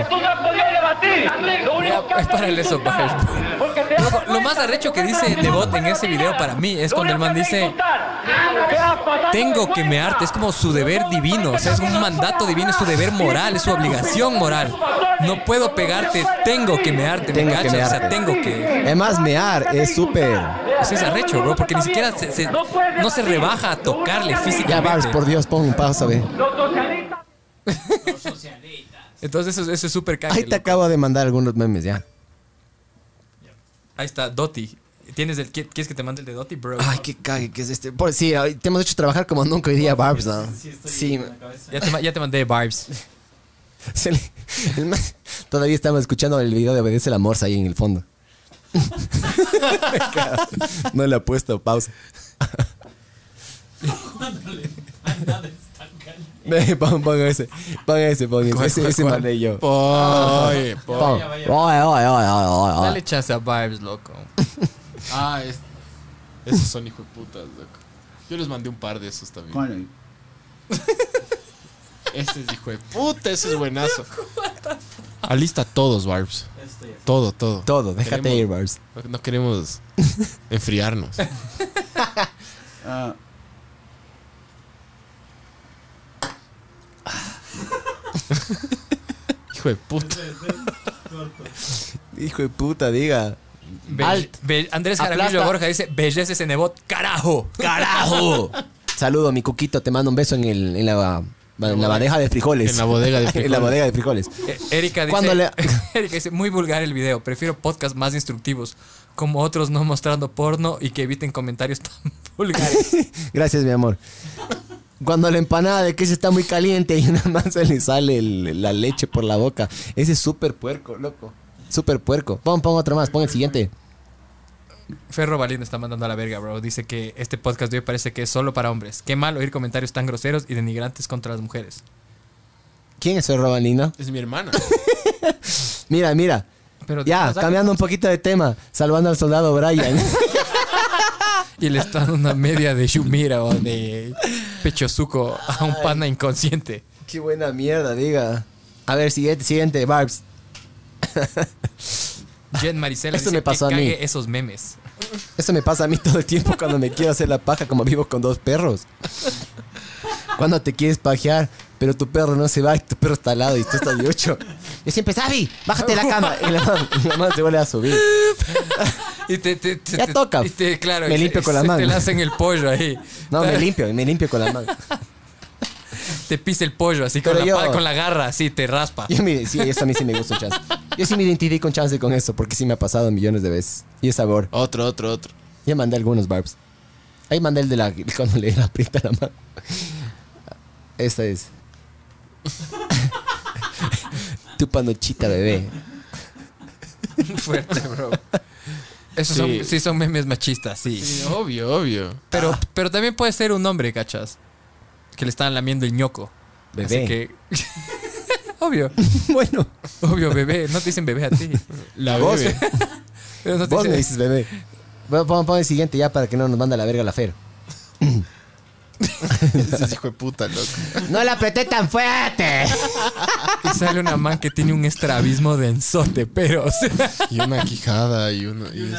Es para el pues, eso, para el- Loco, lo más arrecho que dice Nebot en ese video para mí es cuando el man dice, tengo que mearte, es como su deber divino, o sea, es un mandato divino, es su deber moral, es su obligación moral. No puedo pegarte, tengo que mearte, me
Tengo que
cachas, o sea,
mearte.
tengo que...
Además, mear es súper.
Pues es arrecho, bro, porque ni siquiera se- se- no se rebaja a tocarle
Ya, Bars,
físicamente.
por Dios, pon un paso, ve.
Entonces eso, eso es súper
Ahí
cague.
te acabo de mandar algunos memes, ya.
Ahí está, Doti. ¿Tienes el, qui- ¿Quieres que te mande el de Doti, bro?
Ay, qué cague que es este. Por- sí, hoy te hemos hecho trabajar como nunca hoy día, Barbs, ¿no? Sí,
Ya te, ma- ya te mandé vibes.
se le- el man- todavía estamos escuchando el video de Obedece la Morsa ahí en el fondo. no le ha puesto pausa.
Mandándole a destacar.
Ve, pon- Ponga ese, ponga ese, ponga ese.
¿Cuál,
Ese,
cuál,
ese
cuál?
mandé yo.
Oye,
Pon. Oye, oye, oye, oye, oye.
Dale chance a vibes, loco.
Ah, es- esos son hijo de putas, loco. Yo les mandé un par de esos también. Este es hijo de puta, ese es buenazo. Alista todos, Barbs. Todo, todo.
Todo, déjate
Queremos-
ir, Barbs.
no- No queremos Ah. enfriarnos. Hijo de puta.
Hijo de puta, diga.
Be- Be- Andrés Jaramillo
Aplasta.
Borja dice, belleza ese nebot, carajo.
¡Carajo! Saludo, mi cuquito. Te mando un beso en, el, en, la, en la bandeja de frijoles.
En la bodega de frijoles.
en la bodega de frijoles.
Eh, Erika dice,
Cuando le-
Erika dice, muy vulgar el video, prefiero podcasts más instructivos, como otros no mostrando porno y que eviten comentarios tan vulgares.
Gracias, mi amor. Cuando la empanada de queso está muy caliente y nada más se le sale el- la leche por la boca. Ese es súper puerco, loco. Súper puerco. Pon, pon otro más, pon el siguiente.
Ferro Balín está mandando a la verga, bro. Dice que este podcast de hoy parece que es solo para hombres. Qué mal oír comentarios tan groseros y denigrantes contra las mujeres.
¿Quién es Ferro Balina?
Es mi hermana.
Mira, mira.
Pero
ya, cambiando un poquito de tema. Salvando al soldado Brian.
Y le está dando una media de Shumira o de Pechozuco a un pana inconsciente.
Qué buena mierda, diga. A ver, siguiente, siguiente, Barbs.
Jen Maricela
Esto
dice
me pasó
que
a mí.
cague esos memes.
Eso me pasa a mí todo el tiempo cuando me quiero hacer la paja como vivo con dos perros. Cuando te quieres pajear, pero tu perro no se va y tu perro está al lado y tú estás de ocho. Yo siempre, Sabi, bájate de la cama. Y la mano, y la mano te vuelve a subir.
Y te, te- te-
Ya
te-
toca.
y te- claro,
Me
y se-
limpio con la
se Te
mano.
lanzan el pollo ahí.
No, me limpio, me limpio con la mano.
Te pisa el pollo así con
Pero
la,
yo-
pa- con la garra, así te raspa.
Yo me, sí, eso a mí sí me gusta un chance. Yo sí me identifico un chance con eso porque sí me ha pasado millones de veces. Y es sabor.
Otro, otro, otro.
Ya mandé algunos barbs. Ahí mandé el de la. Cuando le la aprieta la mano. Esta es. tu panochita, bebé.
Fuerte, bro. Esos
Sí.
son, sí son memes machistas, sí.
Sí, obvio, obvio.
Pero,
Ah.
pero también puede ser un hombre, cachas. Que le estaban lamiendo el ñoco.
Bebé.
Así que. obvio.
Bueno.
Obvio, bebé. No te dicen bebé a ti.
La
Vos-
bebé.
Pero no te
Vos me
dicen-
dices, bebé. Bueno, pon, pon el siguiente ya para que no nos manda la verga la Fer.
Ese es hijo de puta, loco.
¡No la apreté tan fuerte!
Y sale una man que tiene un estrabismo densote, pero. o sea,
Y una quijada y una. y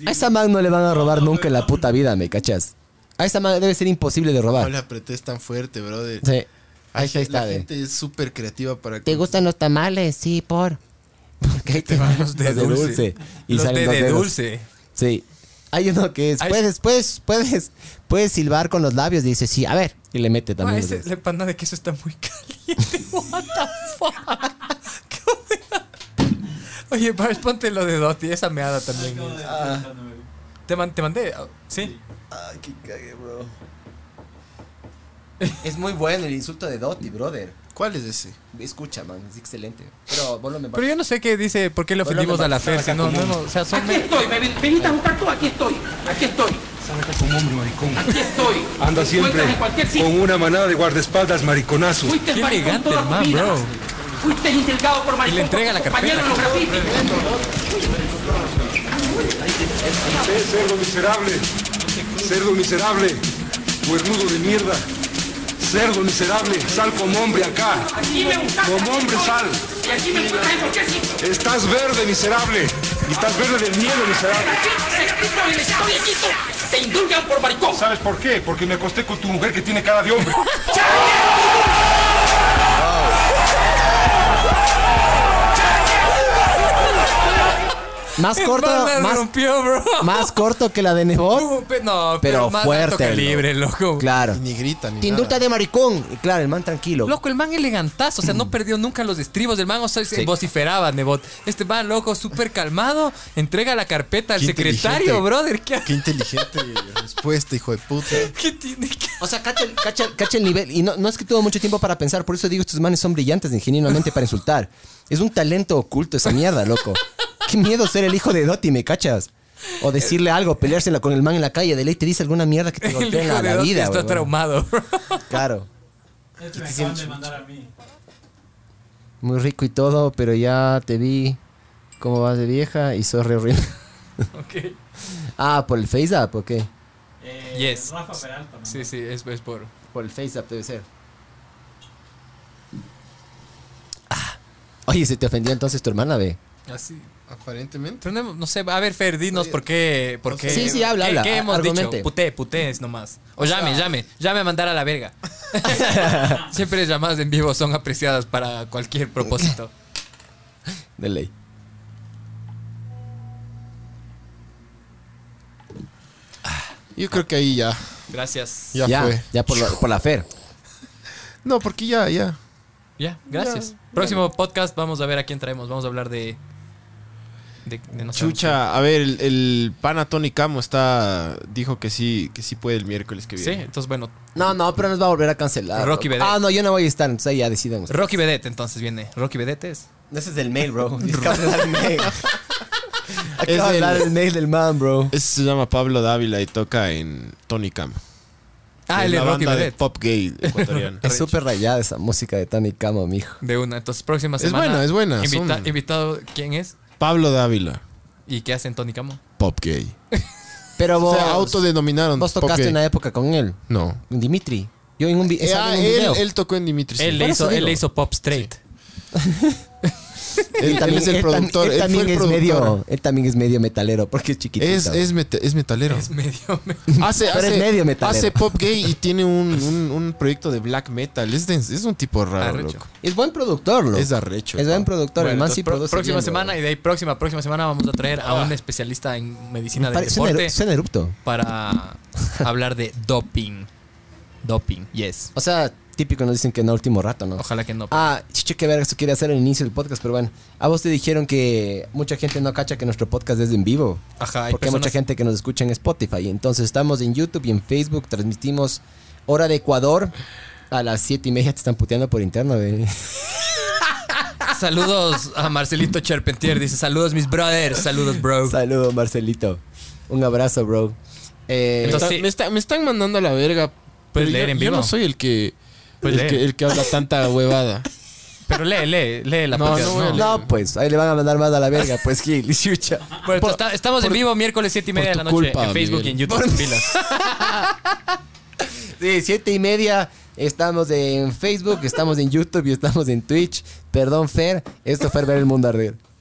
es-
A esa man no le van a robar nunca en la puta vida, ¿me cachas? A esa man debe ser imposible de
No
robar.
le apreté tan fuerte, brother.
Sí.
Ay,
Ahí está,
la
eh.
ve.
gente es súper creativa para
¿Te gustan los tamales? Sí, por. Porque ahí te van los
de dulce.
Y
Los
salen
de,
los
de
dedos.
dulce.
Sí. Hay uno que es,
Hay-
puedes, puedes, puedes, puedes silbar con los labios. Dice, sí, a ver. Y le mete
Ah,
también. los
ese-
dedos.
la empanada de queso está muy caliente. What the fuck? Oye, Bars, ponte lo de Doti, esa meada también. Ah. ¿Te, man- te mandé? ah, ¿Sí?
Ay, qué cague, bro.
Es muy bueno el insulto de Dotti, brother.
¿Cuál es ese?
Escucha, man, es excelente. Pero volumen
Pero yo no sé qué dice, por qué le
Bueno,
ofendimos
me
a la
parece
Fer. si
una
no,
vaca
no, no, o sea, son
Aquí estoy, me ven- veniste a buscar tú, aquí estoy, aquí estoy. Aquí estoy.
Anda
Te
siempre
encuentras en cualquier sitio.
con una manada de guardaespaldas mariconazos.
Fuiste maricón toda tu vida. Fuiste insultado por maricón.
le entrega la
compañero
carpeta.
en los grafitis.
Usted, Eh, cerdo miserable. Cerdo miserable. Cuernudo de mierda. Cerdo miserable. Sal como hombre acá.
Aquí me buscaste.
Como hombre sal.
Y aquí me encuentras en cualquier sitio.
Estás verde, miserable. Y estás verde del miedo, miserable.
Aquí, aquí estoy, estoy aquí. Te indulgan por maricón.
¿Sabes por qué? Porque me acosté con tu mujer que tiene cara de hombre.
Más corto, más,
rompió, bro. Uh,
más corto que la de Nebot.
Pe- No,
Pero
más
fuerte.
alto calibre,
loco.
loco.
Claro.
Ni grita, ni
Te indulta de maricón. Y Claro, el man tranquilo.
Loco, el man elegantazo, o sea,
Mm.
no perdió nunca los estribos del man, o sea, se vociferaba Nebot. Este man, loco, súper calmado, entrega la carpeta al
Qué
secretario,
inteligente.
brother. ¿Qué
Qué inteligente respuesta, hijo de puta.
¿Qué tiene que
O sea, cacha, el- cacha el- cacha el nivel. Y no, no es que tuvo mucho tiempo para pensar, por eso digo, estos manes son brillantes ingenuamente para insultar. Es un talento oculto esa mierda, loco. Qué miedo ser el hijo de Dotti, ¿me cachas? O decirle algo, peleársela con el man en la calle, de ley te dice alguna mierda que te
El
golpea en
hijo
la,
de
la
Doti
vida,
está
huevón.
traumado.
Claro.
Este me acaban de mandar a mí.
Muy rico y todo, pero ya te vi cómo vas de vieja y sos re horrible.
Ok.
Ah, por el face up, ok.
Eh,
Yes.
Rafa Peralta. man.
Sí, sí, es, es por.
Por el face up debe ser. Ah. Oye, ¿se te ofendió entonces tu hermana, ve?
Así.
Aparentemente.
Tenemos, no sé, a ver, Fer, dinos por qué. Por qué
Sí, sí, habla,
¿qué,
habla,
¿Qué hemos
argumente. Ah.
dicho? Puté, puté es nomás. O llame, llame, llame a mandar a la verga. Siempre llamadas en vivo son apreciadas para cualquier propósito.
De ley.
Yo creo que ahí ya.
Gracias.
Ya,
Ya,
fue.
ya por, lo- por la fer.
No, porque ya, ya.
Ya, gracias.
Ya,
Próximo podcast, vamos a ver a quién traemos. Vamos a hablar de. de, de no sabemos
Chucha, a ver, el, el pana Tony Camo está. Dijo que sí, que sí puede el miércoles que
qué. Sí,
viene.
entonces bueno.
No, no, pero nos va a volver a cancelar.
Rocky
bro.
Vedette.
Ah, no, yo no voy a estar, entonces ahí ya decidimos.
Rocky Vedette, entonces viene. Rocky Vedette es.
Ese es del mail, bro. Acaba de dar el mail.
Es
Acaba de dar
del-
el mail del man, bro.
Ese se llama Pablo Dávila y toca en Tony Camo.
Ah,
Es
el de
la
Rocky
banda de
Vedette.
pop gay ecuatoriano.
Es súper rayada esa música de Tony Camo, mijo.
De una. Entonces, próxima
Es
semana.
buena, es buena,
invita-
son-
Invitado, ¿quién es?
Pablo Dávila,
¿Y qué hace en Tony Camo?
pop gay.
Pero vos,
Se autodenominaron
vos
pop
tocaste
gay.
una época con él.
No.
Con Dimitri. Yo en un, vi-
Eh,
salió
ah,
en un
él,
video.
él tocó en Dimitri. sí.
Él, le
Por eso
hizo, él
digo.
le hizo Pop Straight.
Él, él es el productor.
Él,
él
también
fue el
es medio,
productor.
él también es medio metalero porque es chiquitito.
Es, es, meta- es metalero.
Es medio.
Hace,
Pero
hace-
es medio metalero.
hace pop gay y tiene un, un- un proyecto de black metal. Es, de- es un tipo raro,
Arrecho.
loco.
Es buen productor, loco.
Es arrecho.
Es buen
pa.
productor. el
Bueno,
man
entonces,
sí
pro-
produce.
próxima
bien,
semana y de ahí próxima, próxima semana vamos a traer a un especialista en medicina
bro.
del
Parece un
deporte
eru- suena erupto.
para hablar de doping. Doping, yes.
O sea, típico nos dicen que no último rato, ¿no?
Ojalá que no.
Ah, chicho, qué verga, esto quería hacer el inicio del podcast, pero bueno. A vos te dijeron que mucha gente no cacha que nuestro podcast es en vivo.
Ajá, hay
porque hay mucha
personas-
gente que nos escucha en Spotify. Entonces estamos en YouTube y en Facebook, transmitimos hora de Ecuador. A las siete y media te están puteando por interno, güey.
Saludos a Marcelito Charpentier. Dice: Saludos, mis brothers. Saludos, bro.
Saludos, Marcelito. Un abrazo, bro. Eh,
Entonces- Pues
Está- me, está- me están mandando a la verga. Pero
leer
yo,
en
yo
vivo.
no soy el que,
Puedes
el
leer.
que, el que habla tanta huevada.
Pero lee, lee, lee la
No,
podcast.
no voy a
no.
leer.
no, pues, ahí le van a mandar más a la verga, pues, Gil, chucha.
Bueno, entonces, está- estamos en vivo miércoles 7 y media de
tu
la noche
culpa,
en Facebook
Miguel.
y en YouTube. Pilas.
Sí, siete y media. Estamos en Facebook, estamos en YouTube y estamos en Twitch. Perdón, Fer. Esto fue ver el mundo arder.